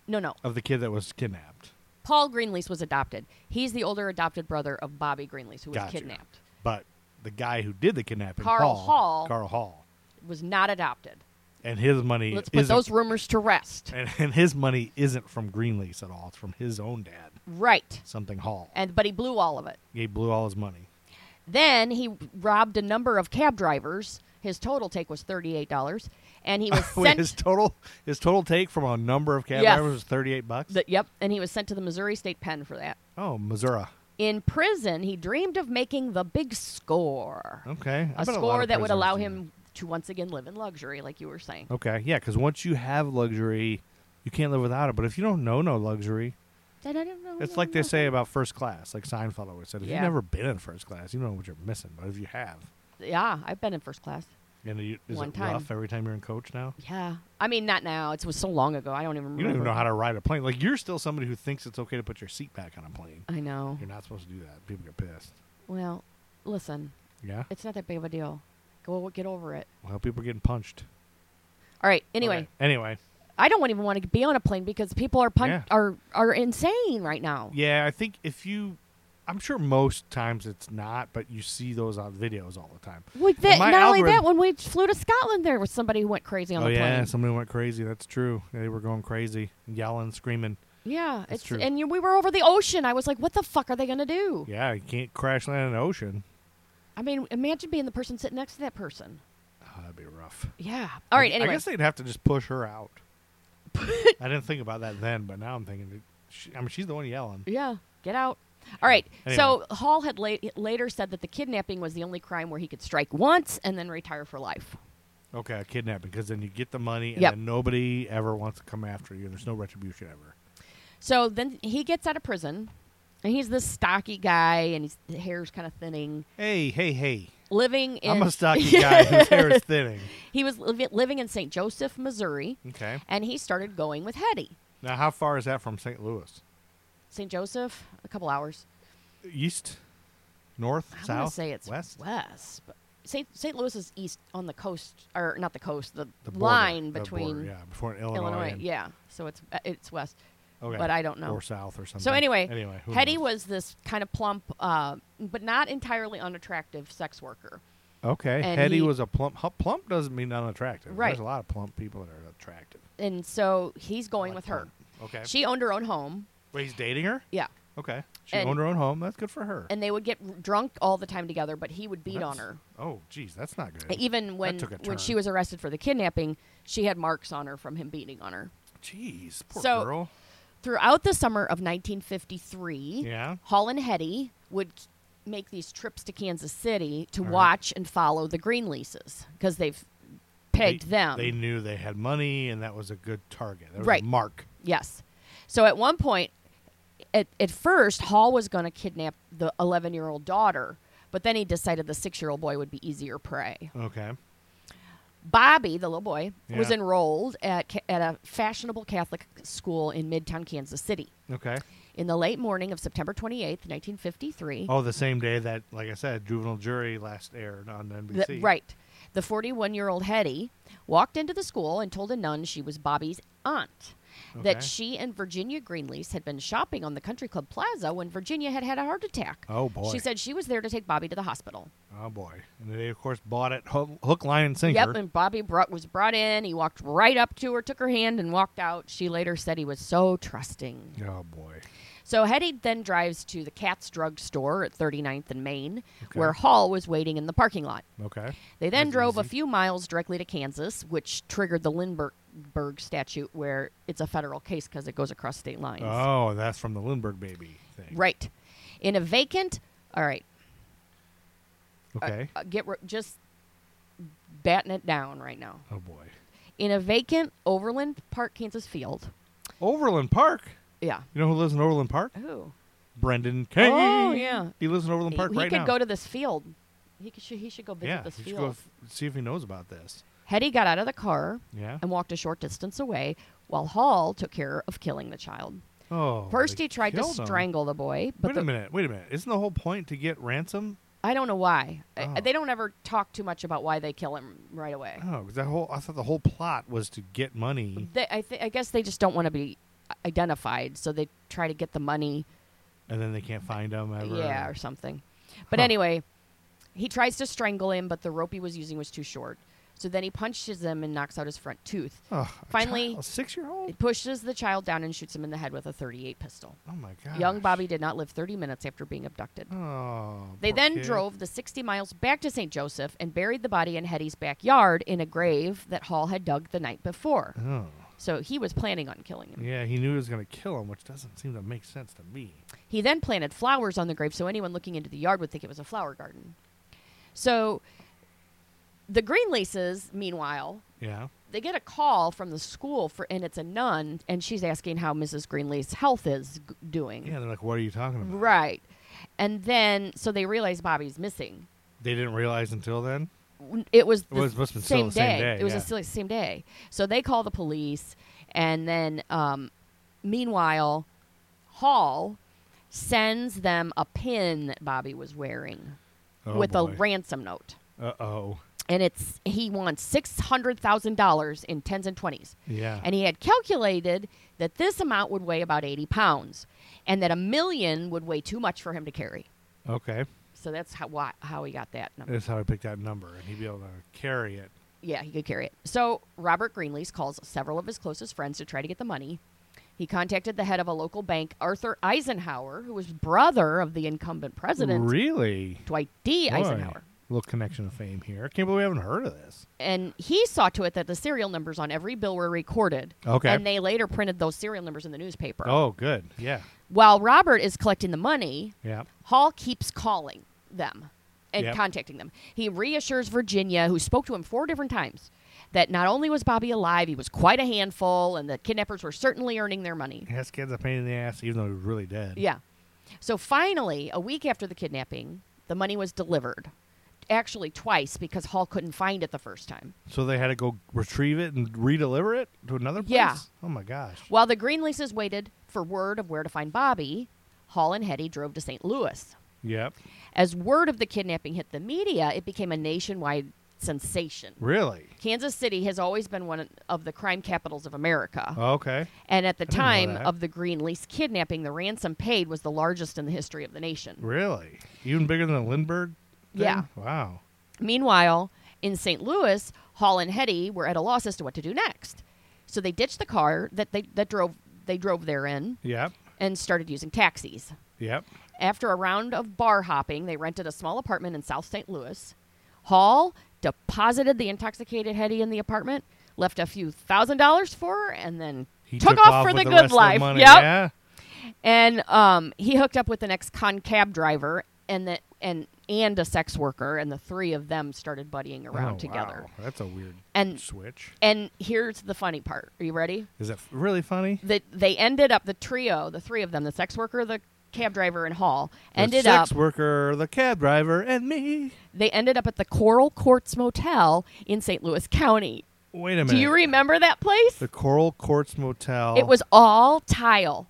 Speaker 4: no no
Speaker 3: of the kid that was kidnapped,
Speaker 4: paul greenlease was adopted he's the older adopted brother of bobby greenlease who was
Speaker 3: Gotcha.
Speaker 4: kidnapped
Speaker 3: but the guy who did the kidnapping,
Speaker 4: Carl Hall.
Speaker 3: Carl Hall,
Speaker 4: was not adopted
Speaker 3: and his money
Speaker 4: let's put
Speaker 3: isn't-
Speaker 4: those rumors to rest
Speaker 3: and, and his money isn't from Greenlease at all. It's from his own dad,
Speaker 4: right
Speaker 3: something Hall.
Speaker 4: and but he blew all of it
Speaker 3: He blew all his money.
Speaker 4: then he robbed a number of cab drivers his total take was $38 and he was
Speaker 3: Wait, Oh,
Speaker 4: sent.
Speaker 3: his total his total take from a number of cab
Speaker 4: Yes.
Speaker 3: drivers was thirty eight bucks.
Speaker 4: the- yep, and he was sent to the Missouri State Pen for that.
Speaker 3: oh, Missouri.
Speaker 4: In prison, he dreamed of making the big score,
Speaker 3: Okay, I
Speaker 4: a
Speaker 3: bet lot
Speaker 4: score
Speaker 3: of
Speaker 4: that would
Speaker 3: prisoners
Speaker 4: allow
Speaker 3: do
Speaker 4: him to once again live in luxury, like you were saying.
Speaker 3: that. Okay, yeah, because once you have luxury, you can't live without it. But if you don't know no luxury,
Speaker 4: Then I don't know,
Speaker 3: it's
Speaker 4: no,
Speaker 3: like
Speaker 4: no.
Speaker 3: they say about first class. Like Seinfeld always said, if
Speaker 4: Yeah.
Speaker 3: you've never been in first class, you don't know what you're missing. But if you have,
Speaker 4: Yeah, I've been in first class.
Speaker 3: and you, is
Speaker 4: One
Speaker 3: it
Speaker 4: time.
Speaker 3: rough every time you're in coach now?
Speaker 4: Yeah, I mean not now. It was so long ago. I don't even remember.
Speaker 3: You don't even know how to ride a plane. Like you're still somebody who thinks it's okay to put your seat back on a plane.
Speaker 4: I know.
Speaker 3: You're not supposed to do that. People get pissed.
Speaker 4: Well, listen,
Speaker 3: Yeah.
Speaker 4: it's not that big of a deal. Go get over it.
Speaker 3: Well, people are getting punched.
Speaker 4: All right. Anyway,
Speaker 3: Okay. Anyway.
Speaker 4: I don't even want to be on a plane because people are pun-
Speaker 3: Yeah.
Speaker 4: are are insane right now.
Speaker 3: Yeah, I think if you, I'm sure most times it's not, but you see those on videos all the time.
Speaker 4: Well, that,
Speaker 3: my
Speaker 4: not only that,
Speaker 3: algorithm-
Speaker 4: when we flew to Scotland, there was somebody who went crazy on
Speaker 3: oh
Speaker 4: the
Speaker 3: yeah,
Speaker 4: plane.
Speaker 3: somebody went crazy. That's true. They were going crazy, yelling, screaming.
Speaker 4: yeah,
Speaker 3: That's
Speaker 4: it's
Speaker 3: true.
Speaker 4: and you, we were over the ocean. I was like, what the fuck are they gonna do?
Speaker 3: Yeah, you can't crash land in the ocean.
Speaker 4: I mean, imagine being the person sitting next to that person.
Speaker 3: Oh, that'd be rough.
Speaker 4: Yeah. All right.
Speaker 3: I,
Speaker 4: Anyway,
Speaker 3: I guess they'd have to just push her out. I didn't think about that then, but now I'm thinking. That she, I mean, she's the one yelling.
Speaker 4: Yeah, get out. All right.
Speaker 3: Anyway.
Speaker 4: So Hall had la- later said that the kidnapping was the only crime where he could strike once and then retire for life.
Speaker 3: Okay, kidnapping, because then you get the money, and
Speaker 4: Yep.
Speaker 3: then nobody ever wants to come after you. There's no retribution ever.
Speaker 4: So then he gets out of prison, and he's this stocky guy, and his hair's kind of thinning.
Speaker 3: Hey, hey, hey!
Speaker 4: Living in
Speaker 3: I'm a stocky guy whose hair is thinning.
Speaker 4: he was livi- living in St. Joseph, Missouri,
Speaker 3: Okay.
Speaker 4: and he started going with Hetty.
Speaker 3: Now, how far is that from St. Louis?
Speaker 4: St. Joseph, a couple hours.
Speaker 3: East, north,
Speaker 4: I want
Speaker 3: south,
Speaker 4: to say it's
Speaker 3: west.
Speaker 4: West, but St. St. Louis is east on the coast, or not the coast, the,
Speaker 3: The border,
Speaker 4: line
Speaker 3: the
Speaker 4: between
Speaker 3: border, yeah, before Illinois.
Speaker 4: Illinois.
Speaker 3: and-
Speaker 4: Yeah, so it's uh, it's west.
Speaker 3: Okay.
Speaker 4: but I don't know.
Speaker 3: Or south or something.
Speaker 4: So anyway,
Speaker 3: anyway, who
Speaker 4: Hetty
Speaker 3: knows?
Speaker 4: was this kind of plump, uh, but not entirely unattractive sex worker.
Speaker 3: okay.
Speaker 4: and
Speaker 3: Hetty
Speaker 4: he-
Speaker 3: was a plump. hu- Plump doesn't mean unattractive.
Speaker 4: Right.
Speaker 3: There's a lot of plump people that are attractive.
Speaker 4: And so he's going
Speaker 3: Like
Speaker 4: with her.
Speaker 3: plump. Oh, Okay.
Speaker 4: She owned her own home.
Speaker 3: Wait, he's dating her.
Speaker 4: Yeah.
Speaker 3: Okay. She
Speaker 4: And-
Speaker 3: owned her own home. That's good for her.
Speaker 4: And they would get r- drunk all the time together, but he would beat on
Speaker 3: That's-
Speaker 4: her.
Speaker 3: Oh, geez, that's not good.
Speaker 4: Even when
Speaker 3: took a
Speaker 4: when she
Speaker 3: turn.
Speaker 4: was arrested for the kidnapping, she had marks on her from him beating on her.
Speaker 3: Jeez, poor
Speaker 4: So-
Speaker 3: girl.
Speaker 4: Throughout the summer of 1953,
Speaker 3: Yeah.
Speaker 4: Hall and Hetty would k- make these trips to Kansas City to
Speaker 3: right.
Speaker 4: watch and follow the green leases because they've pegged
Speaker 3: they,
Speaker 4: them.
Speaker 3: They knew they had money, and that was a good target. That was
Speaker 4: Right.
Speaker 3: A mark.
Speaker 4: Yes. So at one point, at, at first, Hall was going to kidnap the 11 year old daughter, but then he decided the six year old boy would be easier prey.
Speaker 3: Okay.
Speaker 4: Bobby, the little boy, was
Speaker 3: Yeah.
Speaker 4: enrolled at, ca- at a fashionable Catholic school in Midtown Kansas City.
Speaker 3: Okay.
Speaker 4: In the late morning of September 28th, 1953,
Speaker 3: Oh, the same day that, like I said, juvenile jury last aired on NBC.
Speaker 4: the, right, the 41 year old Hetty walked into the school and told a nun she was Bobby's aunt.
Speaker 3: Okay.
Speaker 4: That she and Virginia Greenlease had been shopping on the country club plaza when Virginia had had a heart attack.
Speaker 3: Oh boy.
Speaker 4: She said she was there to take Bobby to the hospital.
Speaker 3: Oh boy. And they of course bought it ho- hook, line, and sinker.
Speaker 4: Yep, and Bobby brought, was brought in. He walked right up to her, took her hand, and walked out. She later said he was so trusting.
Speaker 3: oh boy.
Speaker 4: So Hetty then drives to the Cat's Drug Store at 39th and Main,
Speaker 3: Okay.
Speaker 4: where Hall was waiting in the parking lot.
Speaker 3: Okay.
Speaker 4: They then
Speaker 3: That's
Speaker 4: drove a
Speaker 3: easy.
Speaker 4: few miles directly to Kansas, which triggered the Lindbergh Berg statute, where it's a federal case because it goes across state lines.
Speaker 3: Oh, that's from the Lindbergh baby thing.
Speaker 4: Right. In a vacant, all right,
Speaker 3: Okay.
Speaker 4: uh, get ri- just batting it down right now.
Speaker 3: oh boy.
Speaker 4: in a vacant Overland Park, Kansas field.
Speaker 3: Overland Park.
Speaker 4: Yeah.
Speaker 3: You know who lives in Overland Park?
Speaker 4: Who?
Speaker 3: Brendan Kane.
Speaker 4: Oh, yeah.
Speaker 3: He lives in Overland
Speaker 4: He,
Speaker 3: Park
Speaker 4: he
Speaker 3: right
Speaker 4: could
Speaker 3: now.
Speaker 4: go to this field. He could, should, he should go visit
Speaker 3: yeah.
Speaker 4: this
Speaker 3: you should
Speaker 4: field.
Speaker 3: go f- see if he knows about this.
Speaker 4: Hetty got out of the car
Speaker 3: Yeah.
Speaker 4: and walked a short distance away, while Hall took care of killing the child.
Speaker 3: Oh.
Speaker 4: First,
Speaker 3: they
Speaker 4: he tried to
Speaker 3: killed him.
Speaker 4: strangle the boy, but
Speaker 3: Wait
Speaker 4: the,
Speaker 3: a minute. Wait a minute. Isn't the whole point to get ransom?
Speaker 4: I don't know why. I-
Speaker 3: Oh.
Speaker 4: they don't ever talk too much about why they kill him right away.
Speaker 3: Oh, 'cause that whole I thought the whole plot was to get money
Speaker 4: They, I, th- I guess they just don't want to be uh, identified, so they try to get the money.
Speaker 3: and then they can't find him ever.
Speaker 4: Yeah, or something. But
Speaker 3: Huh.
Speaker 4: anyway, he tries to strangle him, but the rope he was using was too short. So then he punches him and knocks out his front tooth.
Speaker 3: Ugh,
Speaker 4: Finally-
Speaker 3: a six year old.
Speaker 4: It pushes the child down and shoots him in the head with a 38 pistol.
Speaker 3: Oh my god.
Speaker 4: Young Bobby did not live 30 minutes after being abducted.
Speaker 3: Oh.
Speaker 4: They
Speaker 3: poor
Speaker 4: then
Speaker 3: kid.
Speaker 4: drove the 60 miles back to St. Joseph and buried the body in Hetty's backyard in a grave that Hall had dug the night before.
Speaker 3: Oh.
Speaker 4: So he was planning on killing him.
Speaker 3: Yeah, he knew he was gonna kill him, which doesn't seem to make sense to me.
Speaker 4: He then planted flowers on the grave so anyone looking into the yard would think it was a flower garden. So the Green Laces, meanwhile,
Speaker 3: Yeah.
Speaker 4: they get a call from the school for and it's a nun and she's asking how Mrs. Greenleaf's health is g- doing.
Speaker 3: Yeah. They're like, what are you talking about?
Speaker 4: Right. And then so they realize Bobby's missing.
Speaker 3: They didn't realize until then.
Speaker 4: N- It was the
Speaker 3: was- must've been still
Speaker 4: same,
Speaker 3: the same
Speaker 4: day.
Speaker 3: day,
Speaker 4: It was the
Speaker 3: yeah.
Speaker 4: silly- same day. So they call the police and then um, meanwhile Hall sends them a pin that Bobby was wearing
Speaker 3: Oh,
Speaker 4: with a
Speaker 3: boy.
Speaker 4: ransom note.
Speaker 3: Uh oh.
Speaker 4: And it's he wants six hundred thousand dollars in tens and twenties.
Speaker 3: Yeah.
Speaker 4: and he had calculated that this amount would weigh about 80 pounds and that a million would weigh too much for him to carry
Speaker 3: okay.
Speaker 4: so that's how why, how he got that number
Speaker 3: That's how I picked that number, and he'd be able to carry it.
Speaker 4: yeah he could carry it so robert greenlease calls several of his closest friends to try to get the money he contacted the head of a local bank arthur eisenhower who was brother of the incumbent president
Speaker 3: Really?
Speaker 4: dwight d
Speaker 3: Boy,
Speaker 4: eisenhower
Speaker 3: Little connection of fame here. I can't believe we haven't heard of this.
Speaker 4: and he saw to it that the serial numbers on every bill were recorded
Speaker 3: Okay.
Speaker 4: and they later printed those serial numbers in the newspaper
Speaker 3: Oh, good. Yeah.
Speaker 4: while robert is collecting the money
Speaker 3: Yeah.
Speaker 4: Hall keeps calling them and
Speaker 3: Yep.
Speaker 4: contacting them. He reassures Virginia, who spoke to him four different times, that not only was Bobby alive, he was quite a handful, and the kidnappers were certainly earning their money.
Speaker 3: His kid's a pain in the ass, even though he was really dead.
Speaker 4: Yeah. So finally, a week after the kidnapping, the money was delivered. Actually, twice because Hall couldn't find it the first time.
Speaker 3: So they had to go retrieve it and redeliver it to another place?
Speaker 4: Yeah.
Speaker 3: Oh my gosh.
Speaker 4: While the Greenleases waited for word of where to find Bobby, Hall and Hetty drove to St. Louis.
Speaker 3: Yep.
Speaker 4: As word of the kidnapping hit the media, it became a nationwide sensation.
Speaker 3: Really?
Speaker 4: Kansas City has always been one of the crime capitals of America.
Speaker 3: Okay.
Speaker 4: and at the
Speaker 3: Oh. didn't know
Speaker 4: time
Speaker 3: that.
Speaker 4: of the Green Lease kidnapping, the ransom paid was the largest in the history of the nation.
Speaker 3: Really? Even bigger than the Lindbergh? thing?
Speaker 4: Yeah.
Speaker 3: Wow.
Speaker 4: Meanwhile, in St. Louis, Hall and Hetty were at a loss as to what to do next. So they ditched the car that they that drove they drove there in
Speaker 3: Yep.
Speaker 4: and started using taxis.
Speaker 3: Yep.
Speaker 4: After a round of bar hopping, they rented a small apartment in South St. Louis. Hall deposited the intoxicated Hetty in the apartment, left a few thousand dollars for her, and then
Speaker 3: He
Speaker 4: took, off, for
Speaker 3: with
Speaker 4: the
Speaker 3: rest
Speaker 4: good
Speaker 3: of
Speaker 4: life.
Speaker 3: money.
Speaker 4: Yep.
Speaker 3: Yeah.
Speaker 4: And um, he hooked up with an ex-con cab driver and the and and a sex worker, and the three of them started buddying around
Speaker 3: Oh,
Speaker 4: together.
Speaker 3: wow. That's a weird
Speaker 4: And-
Speaker 3: switch.
Speaker 4: And here's the funny part. Are you ready?
Speaker 3: Is that really funny?
Speaker 4: That they ended up the trio, the three of them, the sex worker, the cab driver, and Hall ended
Speaker 3: the sex
Speaker 4: up
Speaker 3: worker, the cab driver, and me.
Speaker 4: they ended up at the Coral Courts Motel in St. Louis County.
Speaker 3: Wait a minute.
Speaker 4: Do you remember that place?
Speaker 3: the Coral Courts Motel?
Speaker 4: it was all tile.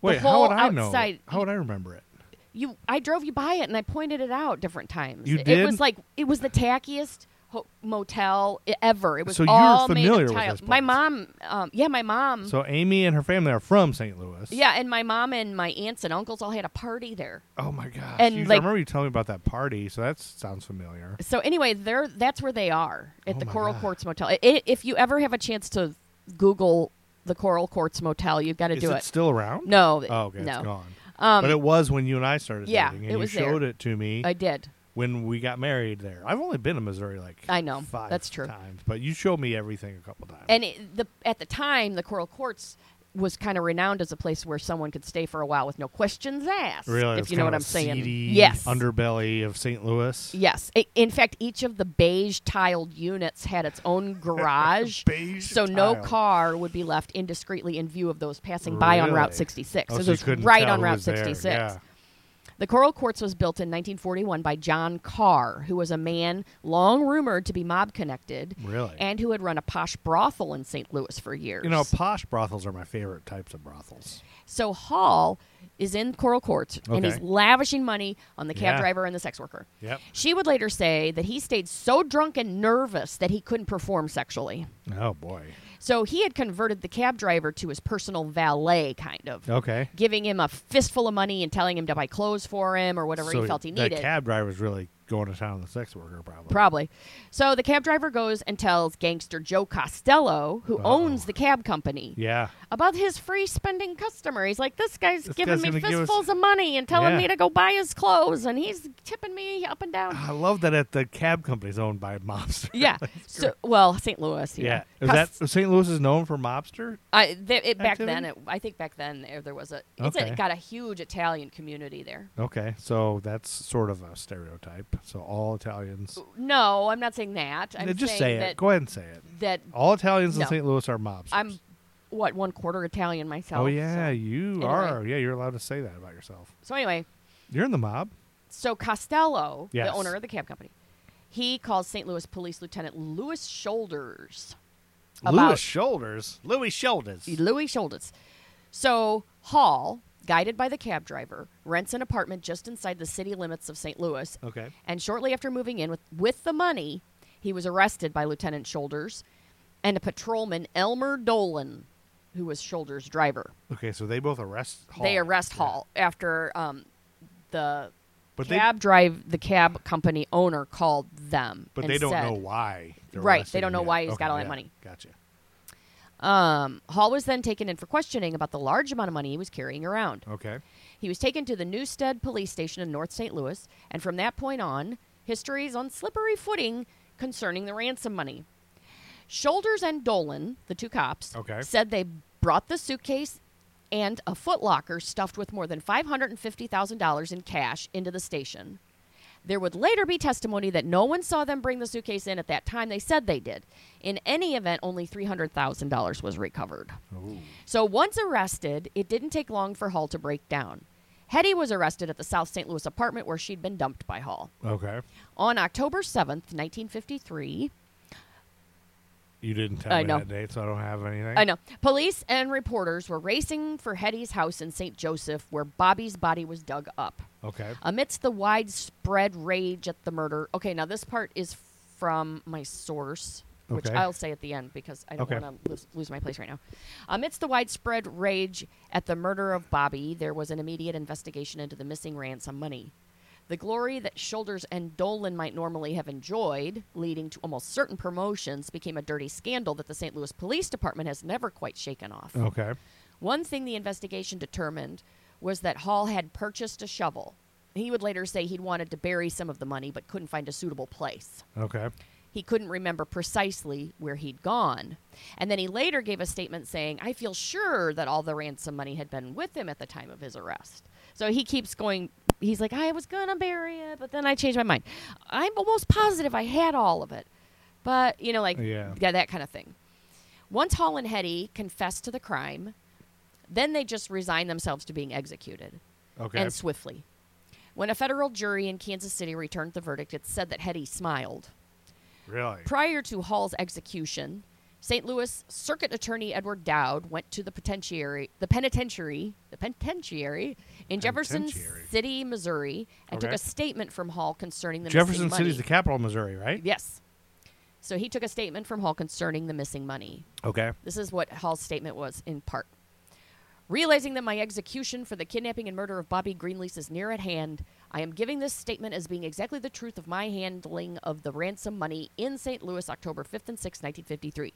Speaker 3: Wait, how
Speaker 4: whole
Speaker 3: would I
Speaker 4: outside- Mm-hmm.
Speaker 3: know? How would I remember it?
Speaker 4: You, I drove you by it and I pointed it out different times.
Speaker 3: You
Speaker 4: it,
Speaker 3: did?
Speaker 4: was like it was the tackiest ho- motel i- ever. It was
Speaker 3: So you're
Speaker 4: all made of
Speaker 3: familiar with
Speaker 4: tile.
Speaker 3: this
Speaker 4: My
Speaker 3: place.
Speaker 4: mom, um, yeah, my mom,
Speaker 3: So Amy and her family are from St. Louis.
Speaker 4: yeah, and my mom and my aunts and uncles all had a party there.
Speaker 3: Oh my gosh.
Speaker 4: And,
Speaker 3: You- I
Speaker 4: like-
Speaker 3: remember you telling me about that party, so that sounds familiar.
Speaker 4: So anyway, there that's where they are at
Speaker 3: Oh
Speaker 4: the
Speaker 3: my
Speaker 4: Coral
Speaker 3: God.
Speaker 4: Courts Motel. I i if you ever have a chance to Google the Coral Courts Motel, you've got to
Speaker 3: Is
Speaker 4: do
Speaker 3: it,
Speaker 4: it.
Speaker 3: still around?
Speaker 4: no,
Speaker 3: Oh, okay,
Speaker 4: no,
Speaker 3: it's gone. Um, but it was when you and I started
Speaker 4: yeah,
Speaker 3: dating,
Speaker 4: it
Speaker 3: and you
Speaker 4: was there.
Speaker 3: showed it to me
Speaker 4: I did.
Speaker 3: when we got married there. I've only been to Missouri like
Speaker 4: I know,
Speaker 3: five
Speaker 4: that's true.
Speaker 3: times, but you showed me everything a couple times.
Speaker 4: And it, the at the time, the Coral Courts was kind of renowned as a place where someone could stay for a while with no questions asked.
Speaker 3: really,
Speaker 4: if
Speaker 3: it's
Speaker 4: you know
Speaker 3: kind
Speaker 4: what
Speaker 3: of
Speaker 4: I'm
Speaker 3: a
Speaker 4: saying.
Speaker 3: seedy
Speaker 4: yes.
Speaker 3: underbelly of St. Louis.
Speaker 4: Yes. I- in fact, each of the beige tiled units had its own garage.
Speaker 3: Beige
Speaker 4: so no
Speaker 3: tile.
Speaker 4: car would be left indiscreetly in view of those passing by on Route
Speaker 3: Really?
Speaker 4: 66.
Speaker 3: Oh,
Speaker 4: This
Speaker 3: so you
Speaker 4: was
Speaker 3: couldn't
Speaker 4: right
Speaker 3: tell
Speaker 4: on
Speaker 3: who
Speaker 4: Route
Speaker 3: was there.
Speaker 4: 66.
Speaker 3: Yeah.
Speaker 4: The Coral Courts was built in 1941 by John Carr, who was a man long rumored to be mob connected
Speaker 3: Really?
Speaker 4: and who had run a posh brothel in St. Louis for years.
Speaker 3: You know, posh brothels are my favorite types of brothels.
Speaker 4: So Hall is in Coral Courts and
Speaker 3: Okay.
Speaker 4: he's lavishing money on the cab
Speaker 3: Yeah.
Speaker 4: driver and the sex worker.
Speaker 3: Yep.
Speaker 4: She would later say that he stayed so drunk and nervous that he couldn't perform sexually.
Speaker 3: Oh boy.
Speaker 4: So he had converted the cab driver to his personal valet, kind of.
Speaker 3: Okay.
Speaker 4: Giving him a fistful of money and telling him to buy clothes for him or whatever
Speaker 3: so
Speaker 4: he felt he
Speaker 3: that
Speaker 4: needed.
Speaker 3: cab driver was really going to town on the sex worker, probably.
Speaker 4: Probably. So the cab driver goes and tells gangster Joe Costello, who
Speaker 3: Uh-oh.
Speaker 4: owns the cab company,
Speaker 3: Oh. yeah.
Speaker 4: about his free spending customer. He's like, this guy's
Speaker 3: This
Speaker 4: giving
Speaker 3: guy's
Speaker 4: me
Speaker 3: gonna give us-
Speaker 4: fistfuls of money and telling
Speaker 3: Yeah. Ah.
Speaker 4: me to go buy his clothes, and he's tipping me up and down.
Speaker 3: I love that at the cab company's owned by a mobster.
Speaker 4: yeah. So well, St. Louis.
Speaker 3: Yeah. Is
Speaker 4: Cos-
Speaker 3: that St. Louis is known for mobster?
Speaker 4: I, th- it, back
Speaker 3: activity?
Speaker 4: then, it, I think back then there, there was a. It's a,
Speaker 3: Okay.
Speaker 4: it got a huge Italian community there.
Speaker 3: Okay, so that's sort of a stereotype. So all Italians.
Speaker 4: No, I'm not saying that. I'm
Speaker 3: Yeah, just say
Speaker 4: saying
Speaker 3: it.
Speaker 4: that
Speaker 3: Go ahead and say it.
Speaker 4: that
Speaker 3: All Italians
Speaker 4: No.
Speaker 3: in St. Louis are mobsters.
Speaker 4: I'm what one quarter Italian myself.
Speaker 3: Oh yeah,
Speaker 4: so-
Speaker 3: you
Speaker 4: anyway.
Speaker 3: are. Yeah, you're allowed to say that about yourself.
Speaker 4: So anyway,
Speaker 3: You're in the mob.
Speaker 4: so Costello,
Speaker 3: Yes.
Speaker 4: the owner of the cab company, he calls St. Louis Police Lieutenant Louis Shoulders.
Speaker 3: Louis
Speaker 4: About-
Speaker 3: Shoulders. Louis Shoulders.
Speaker 4: Louis Shoulders. So Hall, guided by the cab driver, rents an apartment just inside the city limits of St. Louis.
Speaker 3: Okay.
Speaker 4: And shortly after moving in with, with the money, he was arrested by Lieutenant Shoulders and a patrolman, Elmer Dolan, who was Shoulders' driver.
Speaker 3: Okay, so they both arrest Hall.
Speaker 4: They arrest
Speaker 3: Yeah.
Speaker 4: Hall after um, the
Speaker 3: But they-
Speaker 4: cab drive the cab company owner called them.
Speaker 3: But
Speaker 4: and
Speaker 3: they don't
Speaker 4: said-
Speaker 3: know why. they're
Speaker 4: Right, they
Speaker 3: arresting
Speaker 4: don't
Speaker 3: him
Speaker 4: know
Speaker 3: yet.
Speaker 4: why he's
Speaker 3: Okay,
Speaker 4: got all that
Speaker 3: yeah,
Speaker 4: money.
Speaker 3: Gotcha.
Speaker 4: Um, Hall was then taken in for questioning about the large amount of money he was carrying around.
Speaker 3: Okay.
Speaker 4: He was taken to the Newstead Police Station in North St. Louis, and from that point on, history is on slippery footing concerning the ransom money. Shoulders and Dolan, the two cops,
Speaker 3: Okay.
Speaker 4: said they brought the suitcase and a footlocker stuffed with more than $550,000 in cash into the station. There would later be testimony that no one saw them bring the suitcase in at that time. They said they did. In any event, only $300,000 was recovered.
Speaker 3: Ooh.
Speaker 4: So once arrested, it didn't take long for Hall to break down. Hetty was arrested at the South St. Louis apartment where she'd been dumped by Hall.
Speaker 3: Okay.
Speaker 4: On October 7th, 1953,
Speaker 3: You didn't tell
Speaker 4: I
Speaker 3: me
Speaker 4: know.
Speaker 3: that date, so I don't have anything.
Speaker 4: I know, uh, police and reporters were racing for Hetty's house in St. Joseph where Bobby's body was dug up.
Speaker 3: Okay.
Speaker 4: Amidst the widespread rage at the murder. Okay, now this part is from my source, which
Speaker 3: Okay.
Speaker 4: I'll say at the end because I don't
Speaker 3: Okay.
Speaker 4: want to lose, lose my place right now. Amidst the widespread rage at the murder of Bobby, there was an immediate investigation into the missing ransom money. The glory that Shoulders and Dolan might normally have enjoyed, leading to almost certain promotions, became a dirty scandal that the St. Louis Police Department has never quite shaken off.
Speaker 3: Okay.
Speaker 4: One thing the investigation determined was that Hall had purchased a shovel. He would later say he'd wanted to bury some of the money but couldn't find a suitable place.
Speaker 3: Okay.
Speaker 4: He couldn't remember precisely where he'd gone. And then he later gave a statement saying, I feel sure that all the ransom money had been with him at the time of his arrest. So he keeps going. He's like, I was going to bury it, but then I changed my mind. I'm almost positive I had all of it. But, you know, like,
Speaker 3: Yeah.
Speaker 4: yeah that kind of thing. Once Hall and Hetty confessed to the crime, then they just resigned themselves to being executed
Speaker 3: Okay.
Speaker 4: and swiftly. When a federal jury in Kansas City returned the verdict, it said that Hetty smiled.
Speaker 3: really?
Speaker 4: Prior to Hall's execution, St. Louis Circuit Attorney Edward Dowd went to the penitentiary, the penitentiary, the penitentiary in Jefferson
Speaker 3: Penitentiary.
Speaker 4: City, Missouri, and took
Speaker 3: Okay.
Speaker 4: a statement from Hall concerning the
Speaker 3: Jefferson
Speaker 4: missing money.
Speaker 3: City's the capital of Missouri, right?
Speaker 4: yes. So he took a statement from Hall concerning the missing money.
Speaker 3: Okay.
Speaker 4: This is what Hall's statement was in part. Realizing that my execution for the kidnapping and murder of Bobby Greenlease is near at hand, I am giving this statement as being exactly the truth of my handling of the ransom money in St. Louis, October 5th and 6th, 1953.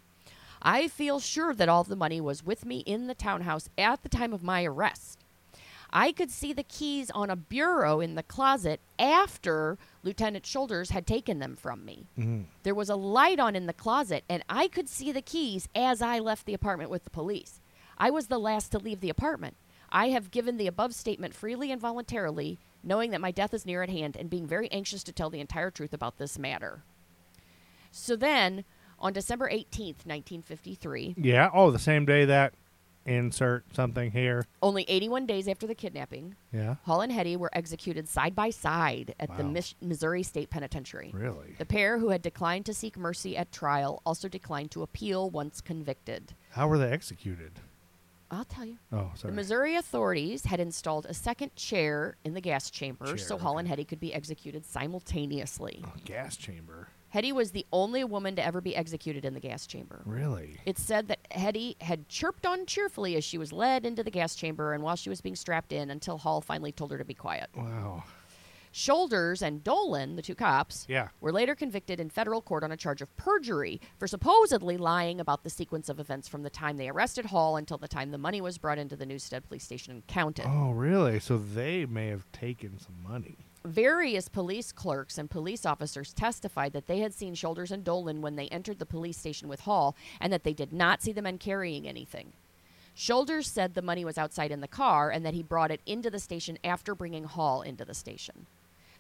Speaker 4: I feel sure that all the money was with me in the townhouse at the time of my arrest. I could see the keys on a bureau in the closet after Lieutenant Shoulders had taken them from me. There was a light on in the closet, and I could see the keys as I left the apartment with the police. I was the last to leave the apartment. I have given the above statement freely and voluntarily, knowing that my death is near at hand and being very anxious to tell the entire truth about this matter. So then, on December 18th, 1953,
Speaker 3: Yeah. Oh, the same day that insert something here.
Speaker 4: only 81 days after the kidnapping,
Speaker 3: Yeah.
Speaker 4: Hall and Hetty were executed side by side at the
Speaker 3: Wow.
Speaker 4: Mis- Missouri State Penitentiary.
Speaker 3: Really?
Speaker 4: The pair who had declined to seek mercy at trial also declined to appeal once convicted.
Speaker 3: How were they executed?
Speaker 4: I'll tell you.
Speaker 3: Oh,
Speaker 4: The
Speaker 3: sorry.
Speaker 4: Missouri authorities had installed a second chair in the gas chamber so
Speaker 3: Chair,
Speaker 4: Hall
Speaker 3: okay.
Speaker 4: and Hetty could be executed simultaneously.
Speaker 3: Oh, gas chamber.
Speaker 4: Hetty was the only woman to ever be executed in the gas chamber.
Speaker 3: Really?
Speaker 4: It said that Hetty had chirped on cheerfully as she was led into the gas chamber and while she was being strapped in until Hall finally told her to be quiet.
Speaker 3: Wow.
Speaker 4: Shoulders and Dolan, the two cops,
Speaker 3: Yeah.
Speaker 4: were later convicted in federal court on a charge of perjury for supposedly lying about the sequence of events from the time they arrested Hall until the time the money was brought into the Newstead police station and counted.
Speaker 3: Oh, really? So they may have taken some money.
Speaker 4: Various police clerks and police officers testified that they had seen Shoulders and Dolan when they entered the police station with Hall and that they did not see the men carrying anything. Shoulders said the money was outside in the car and that he brought it into the station after bringing Hall into the station.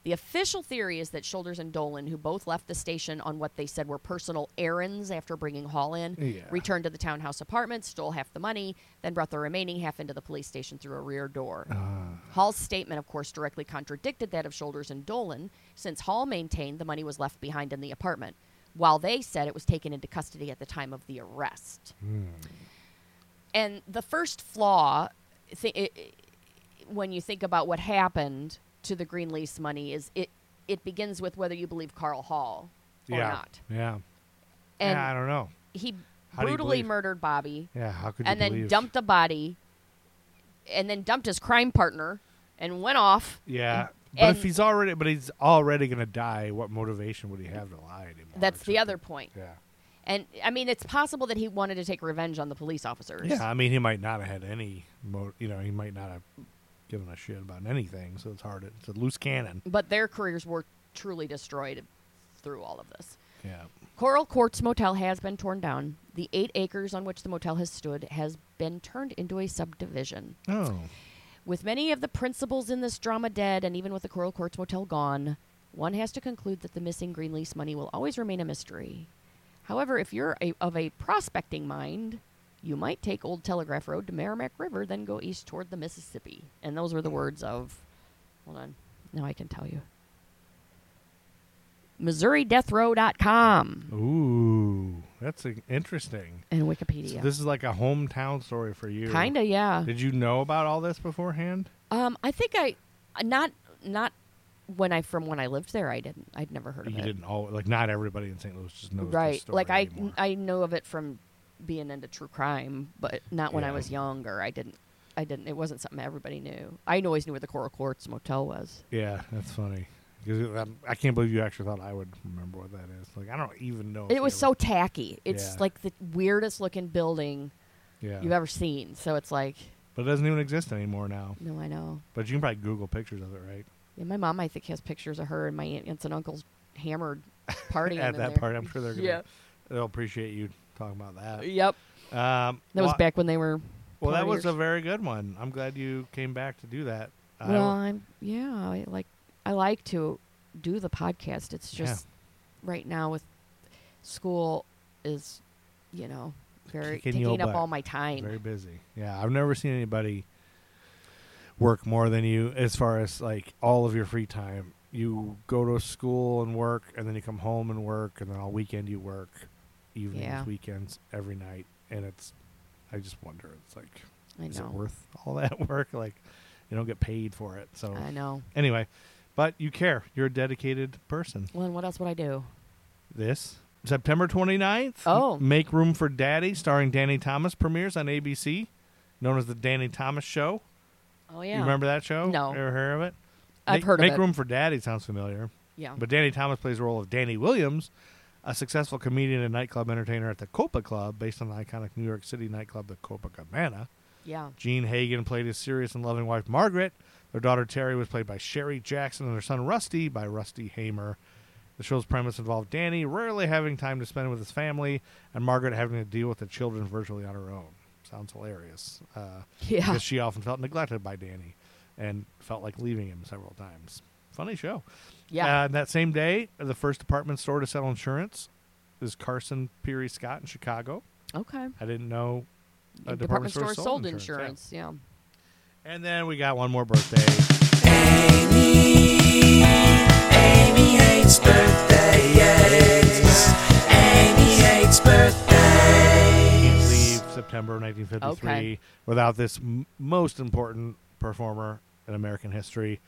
Speaker 4: The official theory is that Shoulders and Dolan, who both left the station on what they said were personal errands after bringing Hall in,
Speaker 3: Yeah.
Speaker 4: returned to the townhouse apartment, stole half the money, then brought the remaining half into the police station through a rear door. Hall's statement, of course, directly contradicted that of Shoulders and Dolan, since Hall maintained the money was left behind in the apartment, while they said it was taken into custody at the time of the arrest. And the first flaw, th- i i- when you think about what happened to the green lease money, is it it begins with whether you believe Carl Hall or
Speaker 3: yeah.
Speaker 4: not.
Speaker 3: Yeah.
Speaker 4: And
Speaker 3: yeah, I don't know.
Speaker 4: he
Speaker 3: How do you
Speaker 4: brutally
Speaker 3: believe?
Speaker 4: murdered Bobby
Speaker 3: Yeah, how could you
Speaker 4: and then
Speaker 3: believe?
Speaker 4: dumped a body and then dumped his crime partner and went off
Speaker 3: Yeah. But
Speaker 4: and-
Speaker 3: if he's already, but he's already gonna die. What motivation would he have to lie anymore?
Speaker 4: That's
Speaker 3: It's
Speaker 4: the
Speaker 3: just-
Speaker 4: other point.
Speaker 3: Yeah.
Speaker 4: And I mean, it's possible that he wanted to take revenge on the police officers.
Speaker 3: Yeah, I mean, he might not have had any, mo- you know, he might not have given a shit about anything. So it's hard. To, it's a loose cannon.
Speaker 4: But their careers were truly destroyed through all of this.
Speaker 3: Yeah.
Speaker 4: Coral Courts Motel has been torn down. The eight acres on which the motel has stood has been turned into a subdivision.
Speaker 3: Oh.
Speaker 4: With many of the principals in this drama dead, and even with the Coral Courts Motel gone, one has to conclude that the missing green lease money will always remain a mystery. However, if you're a, of a prospecting mind, you might take Old Telegraph Road to Merrimack River, then go east toward the Mississippi. And those were the words of, hold on, now I can tell you. MissouriDeathRow.com
Speaker 3: Ooh, that's uh, interesting.
Speaker 4: and
Speaker 3: So
Speaker 4: Wikipedia.
Speaker 3: this is like a hometown story for you.
Speaker 4: Kinda, yeah.
Speaker 3: Did you know about all this beforehand?
Speaker 4: Um, I think I not not when I from when I lived there. I didn't. I'd never heard of
Speaker 3: You
Speaker 4: it.
Speaker 3: didn't all like not everybody in St. Louis just knows this
Speaker 4: right?
Speaker 3: story
Speaker 4: Like I
Speaker 3: anymore.
Speaker 4: I know of it from being into true crime, but not when I
Speaker 3: Yeah.
Speaker 4: was younger. I didn't. I didn't. It wasn't something everybody knew. I always knew where the Coral Courts Motel was.
Speaker 3: yeah, that's funny. 'Cause it- I'm- I can't believe you actually thought I would remember what that is. Like I don't even know. if
Speaker 4: It was
Speaker 3: they
Speaker 4: so
Speaker 3: ever-
Speaker 4: tacky. It's
Speaker 3: Yeah.
Speaker 4: like the weirdest looking building
Speaker 3: yeah,
Speaker 4: you've ever seen. So it's like,
Speaker 3: but it doesn't even exist anymore now.
Speaker 4: no, I know.
Speaker 3: But you can probably Google pictures of it, right?
Speaker 4: Yeah, my mom I think has pictures of her and my aunts and uncles hammered partying
Speaker 3: At
Speaker 4: in
Speaker 3: that
Speaker 4: there.
Speaker 3: part, I'm sure they're gonna
Speaker 4: Yeah.
Speaker 3: they'll appreciate you talking about that.
Speaker 4: Yep.
Speaker 3: Um,
Speaker 4: That was
Speaker 3: wha-
Speaker 4: back when they were.
Speaker 3: Well, that was
Speaker 4: partiers.
Speaker 3: a very good one. I'm glad you came back to do that. I
Speaker 4: Well,
Speaker 3: w-
Speaker 4: I'm yeah, I like I like to do the podcast. It's
Speaker 3: Yeah.
Speaker 4: just right now with school is, you know, very
Speaker 3: Kicking your
Speaker 4: taking up
Speaker 3: butt.
Speaker 4: all my time.
Speaker 3: Very busy. Yeah, I've never seen anybody work more than you as far as like all of your free time. You go to school and work, and then you come home and work, and then all weekend you work, evenings,
Speaker 4: Yeah.
Speaker 3: weekends, every night, and it's. I just wonder. It's like,
Speaker 4: I
Speaker 3: is it
Speaker 4: know.
Speaker 3: worth all that work? Like, you don't get paid for it. So
Speaker 4: I know.
Speaker 3: anyway, but you care. You're a dedicated person.
Speaker 4: Well, and what else would I do?
Speaker 3: This September 29th.
Speaker 4: Oh.
Speaker 3: M- Make Room for Daddy, starring Danny Thomas, premieres on ABC, known as the Danny Thomas Show.
Speaker 4: Oh yeah.
Speaker 3: You remember that show?
Speaker 4: No.
Speaker 3: Ever heard of it?
Speaker 4: I've
Speaker 3: Make,
Speaker 4: heard of
Speaker 3: Make
Speaker 4: it. Oh.
Speaker 3: Room for Daddy sounds familiar.
Speaker 4: Yeah.
Speaker 3: But Danny Thomas plays the role of Danny Williams, a successful comedian and nightclub entertainer at the Copa Club, based on the iconic New York City nightclub, the Copacabana.
Speaker 4: yeah.
Speaker 3: Gene Hagen played his serious and loving wife Margaret. Their daughter Terry was played by Sherry Jackson, and their son Rusty by Rusty Hamer. The show's premise involved Danny rarely having time to spend with his family, and Margaret having to deal with the children virtually on her own. Sounds hilarious. Uh,
Speaker 4: Yeah.
Speaker 3: Because she often felt neglected by Danny, and felt like leaving him several times. Funny show.
Speaker 4: Yeah.
Speaker 3: Uh, that same day, the first department store to sell insurance is Carson Peary Scott in Chicago.
Speaker 4: okay.
Speaker 3: I didn't know a
Speaker 4: Department, store sold, insurance.
Speaker 3: yeah.
Speaker 4: Yeah.
Speaker 3: And then we got one more birthday.
Speaker 2: Amy hates birthdays. Amy hates birthdays.
Speaker 3: Can't leave September 1953
Speaker 4: Okay.
Speaker 3: without this m- most important performer in American history.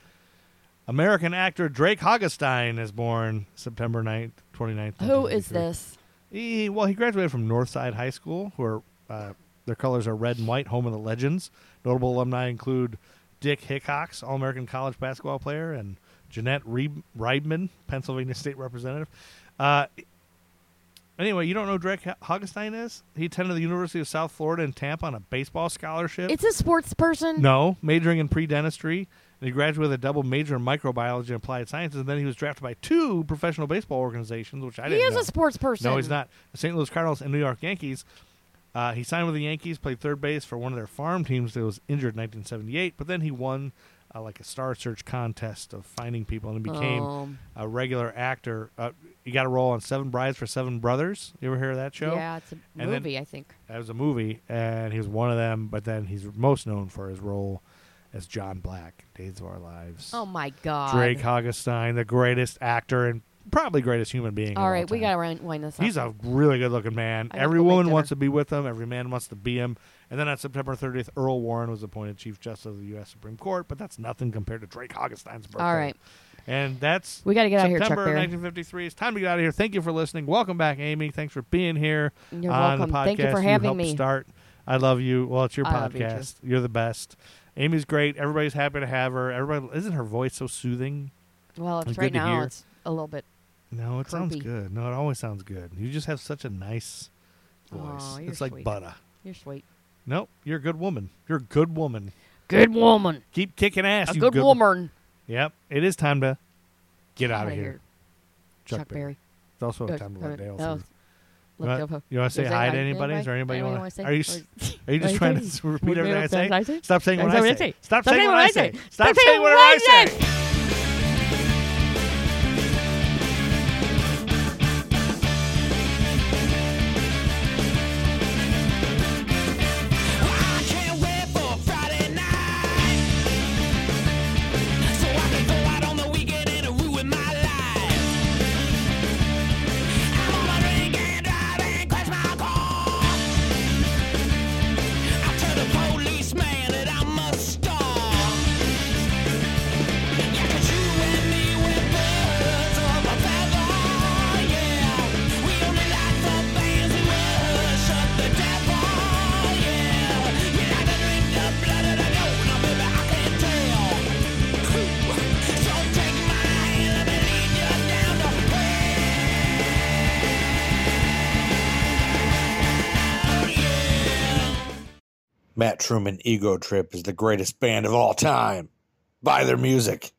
Speaker 3: American actor Drake Hogestine is born September 9th, 29th.
Speaker 4: Who is
Speaker 3: 1953.
Speaker 4: this?
Speaker 3: He, well, he graduated from Northside High School, where uh, their colors are red and white, home of the legends. Notable alumni include Dick Hickox, All American college basketball player, and Jeanette Reib- Reibman, Pennsylvania state representative. Uh, anyway, you don't know who Drake Ho- Hogestein is? He attended the University of South Florida in Tampa on a baseball scholarship.
Speaker 4: It's a sports person.
Speaker 3: No, majoring in pre dentistry. And he graduated with a double major in microbiology and applied sciences. And then he was drafted by two professional baseball organizations, which I
Speaker 4: he
Speaker 3: didn't
Speaker 4: is
Speaker 3: know.
Speaker 4: a sports person.
Speaker 3: No, he's not. The St. Louis Cardinals and New York Yankees. Uh, he signed with the Yankees, played third base for one of their farm teams that was injured in 1978, but then he won uh, like a star search contest of finding people and he became
Speaker 4: Um,
Speaker 3: a regular actor. Uh, he got a role on Seven Brides for Seven Brothers. You ever hear of that show?
Speaker 4: Yeah, it's a
Speaker 3: then-
Speaker 4: movie, I think.
Speaker 3: That was a movie, and he was one of them, but then he's most known for his role as John Black in Days of Our Lives.
Speaker 4: Oh my god.
Speaker 3: Drake Hogestein, the greatest actor and probably greatest human being. of
Speaker 4: All right, we
Speaker 3: time.
Speaker 4: gotta wind, wind this up.
Speaker 3: He's a really good looking man.
Speaker 4: I gotta
Speaker 3: Every
Speaker 4: go make
Speaker 3: woman
Speaker 4: dinner.
Speaker 3: wants to be with him. Every man wants to be him. And then on September 30th, Earl Warren was appointed Chief Justice of the U.S. Supreme Court, but that's nothing compared to Drake Hogestein's birthday.
Speaker 4: All right,
Speaker 3: And that's
Speaker 4: we gotta get out of here,
Speaker 3: September
Speaker 4: Chuck Berry.
Speaker 3: 1953. It's time to get out of here. Thank you for listening. Welcome back, Amy. Thanks for being here
Speaker 4: You're
Speaker 3: on
Speaker 4: welcome.
Speaker 3: uh, the podcast.
Speaker 4: Thank you for having
Speaker 3: helped
Speaker 4: me.
Speaker 3: start. I love you. Well, it's your
Speaker 4: I love you, too.
Speaker 3: podcast. You're the best. Amy's great. Everybody's happy to have her. Everybody isn't her voice so soothing?
Speaker 4: Well,
Speaker 3: It's
Speaker 4: it's
Speaker 3: good
Speaker 4: right
Speaker 3: to
Speaker 4: now.
Speaker 3: hear.
Speaker 4: It's a little bit.
Speaker 3: No, it sounds
Speaker 4: Creepy.
Speaker 3: good. No, it always sounds good. You just have such a nice voice.
Speaker 4: Aw, you're
Speaker 3: it's like
Speaker 4: sweet.
Speaker 3: butter.
Speaker 4: You're sweet.
Speaker 3: Nope, you're a good woman. You're a good woman.
Speaker 4: Good woman.
Speaker 3: Keep kicking ass.
Speaker 4: A
Speaker 3: you
Speaker 4: good, woman.
Speaker 3: Yep, it is time to get out
Speaker 4: Outta
Speaker 3: of here.
Speaker 4: Chuck, Berry.
Speaker 3: It's also
Speaker 4: Uh,
Speaker 3: time to
Speaker 4: uh,
Speaker 3: let Dale
Speaker 4: that
Speaker 3: through.
Speaker 4: was-
Speaker 3: You
Speaker 4: Let
Speaker 3: want-
Speaker 4: Dale-
Speaker 3: you want to say
Speaker 4: Is that
Speaker 3: hi to
Speaker 4: hi-
Speaker 3: anybody? Is there anybody you
Speaker 4: Anybody
Speaker 3: want
Speaker 4: wanna
Speaker 3: Are you
Speaker 4: say?
Speaker 3: s- are you just
Speaker 4: What do
Speaker 3: trying
Speaker 4: you
Speaker 3: to
Speaker 4: think?
Speaker 3: repeat
Speaker 4: What do you
Speaker 3: everything I
Speaker 4: think I
Speaker 3: say?
Speaker 4: say?
Speaker 3: Stop saying
Speaker 4: That's
Speaker 3: what I
Speaker 4: what I
Speaker 3: say.
Speaker 4: say.
Speaker 3: Stop saying what I say. Stop saying what I say.
Speaker 2: I can't wait for Friday night, so I can go out on the weekend and ruin my life. I wanna drink and drive and crash my car. I tell the policeman that I'm a star. Yeah, 'cause you and me were birds of a feather. Yeah, we only like the things we worship the devil. Yeah, you like to drink the blood of the goat. Now, baby, I can tell. So take my hand, let me lead you down the path. Yeah.
Speaker 5: Matt Truman Ego Trip is the greatest band of all time. Buy their music.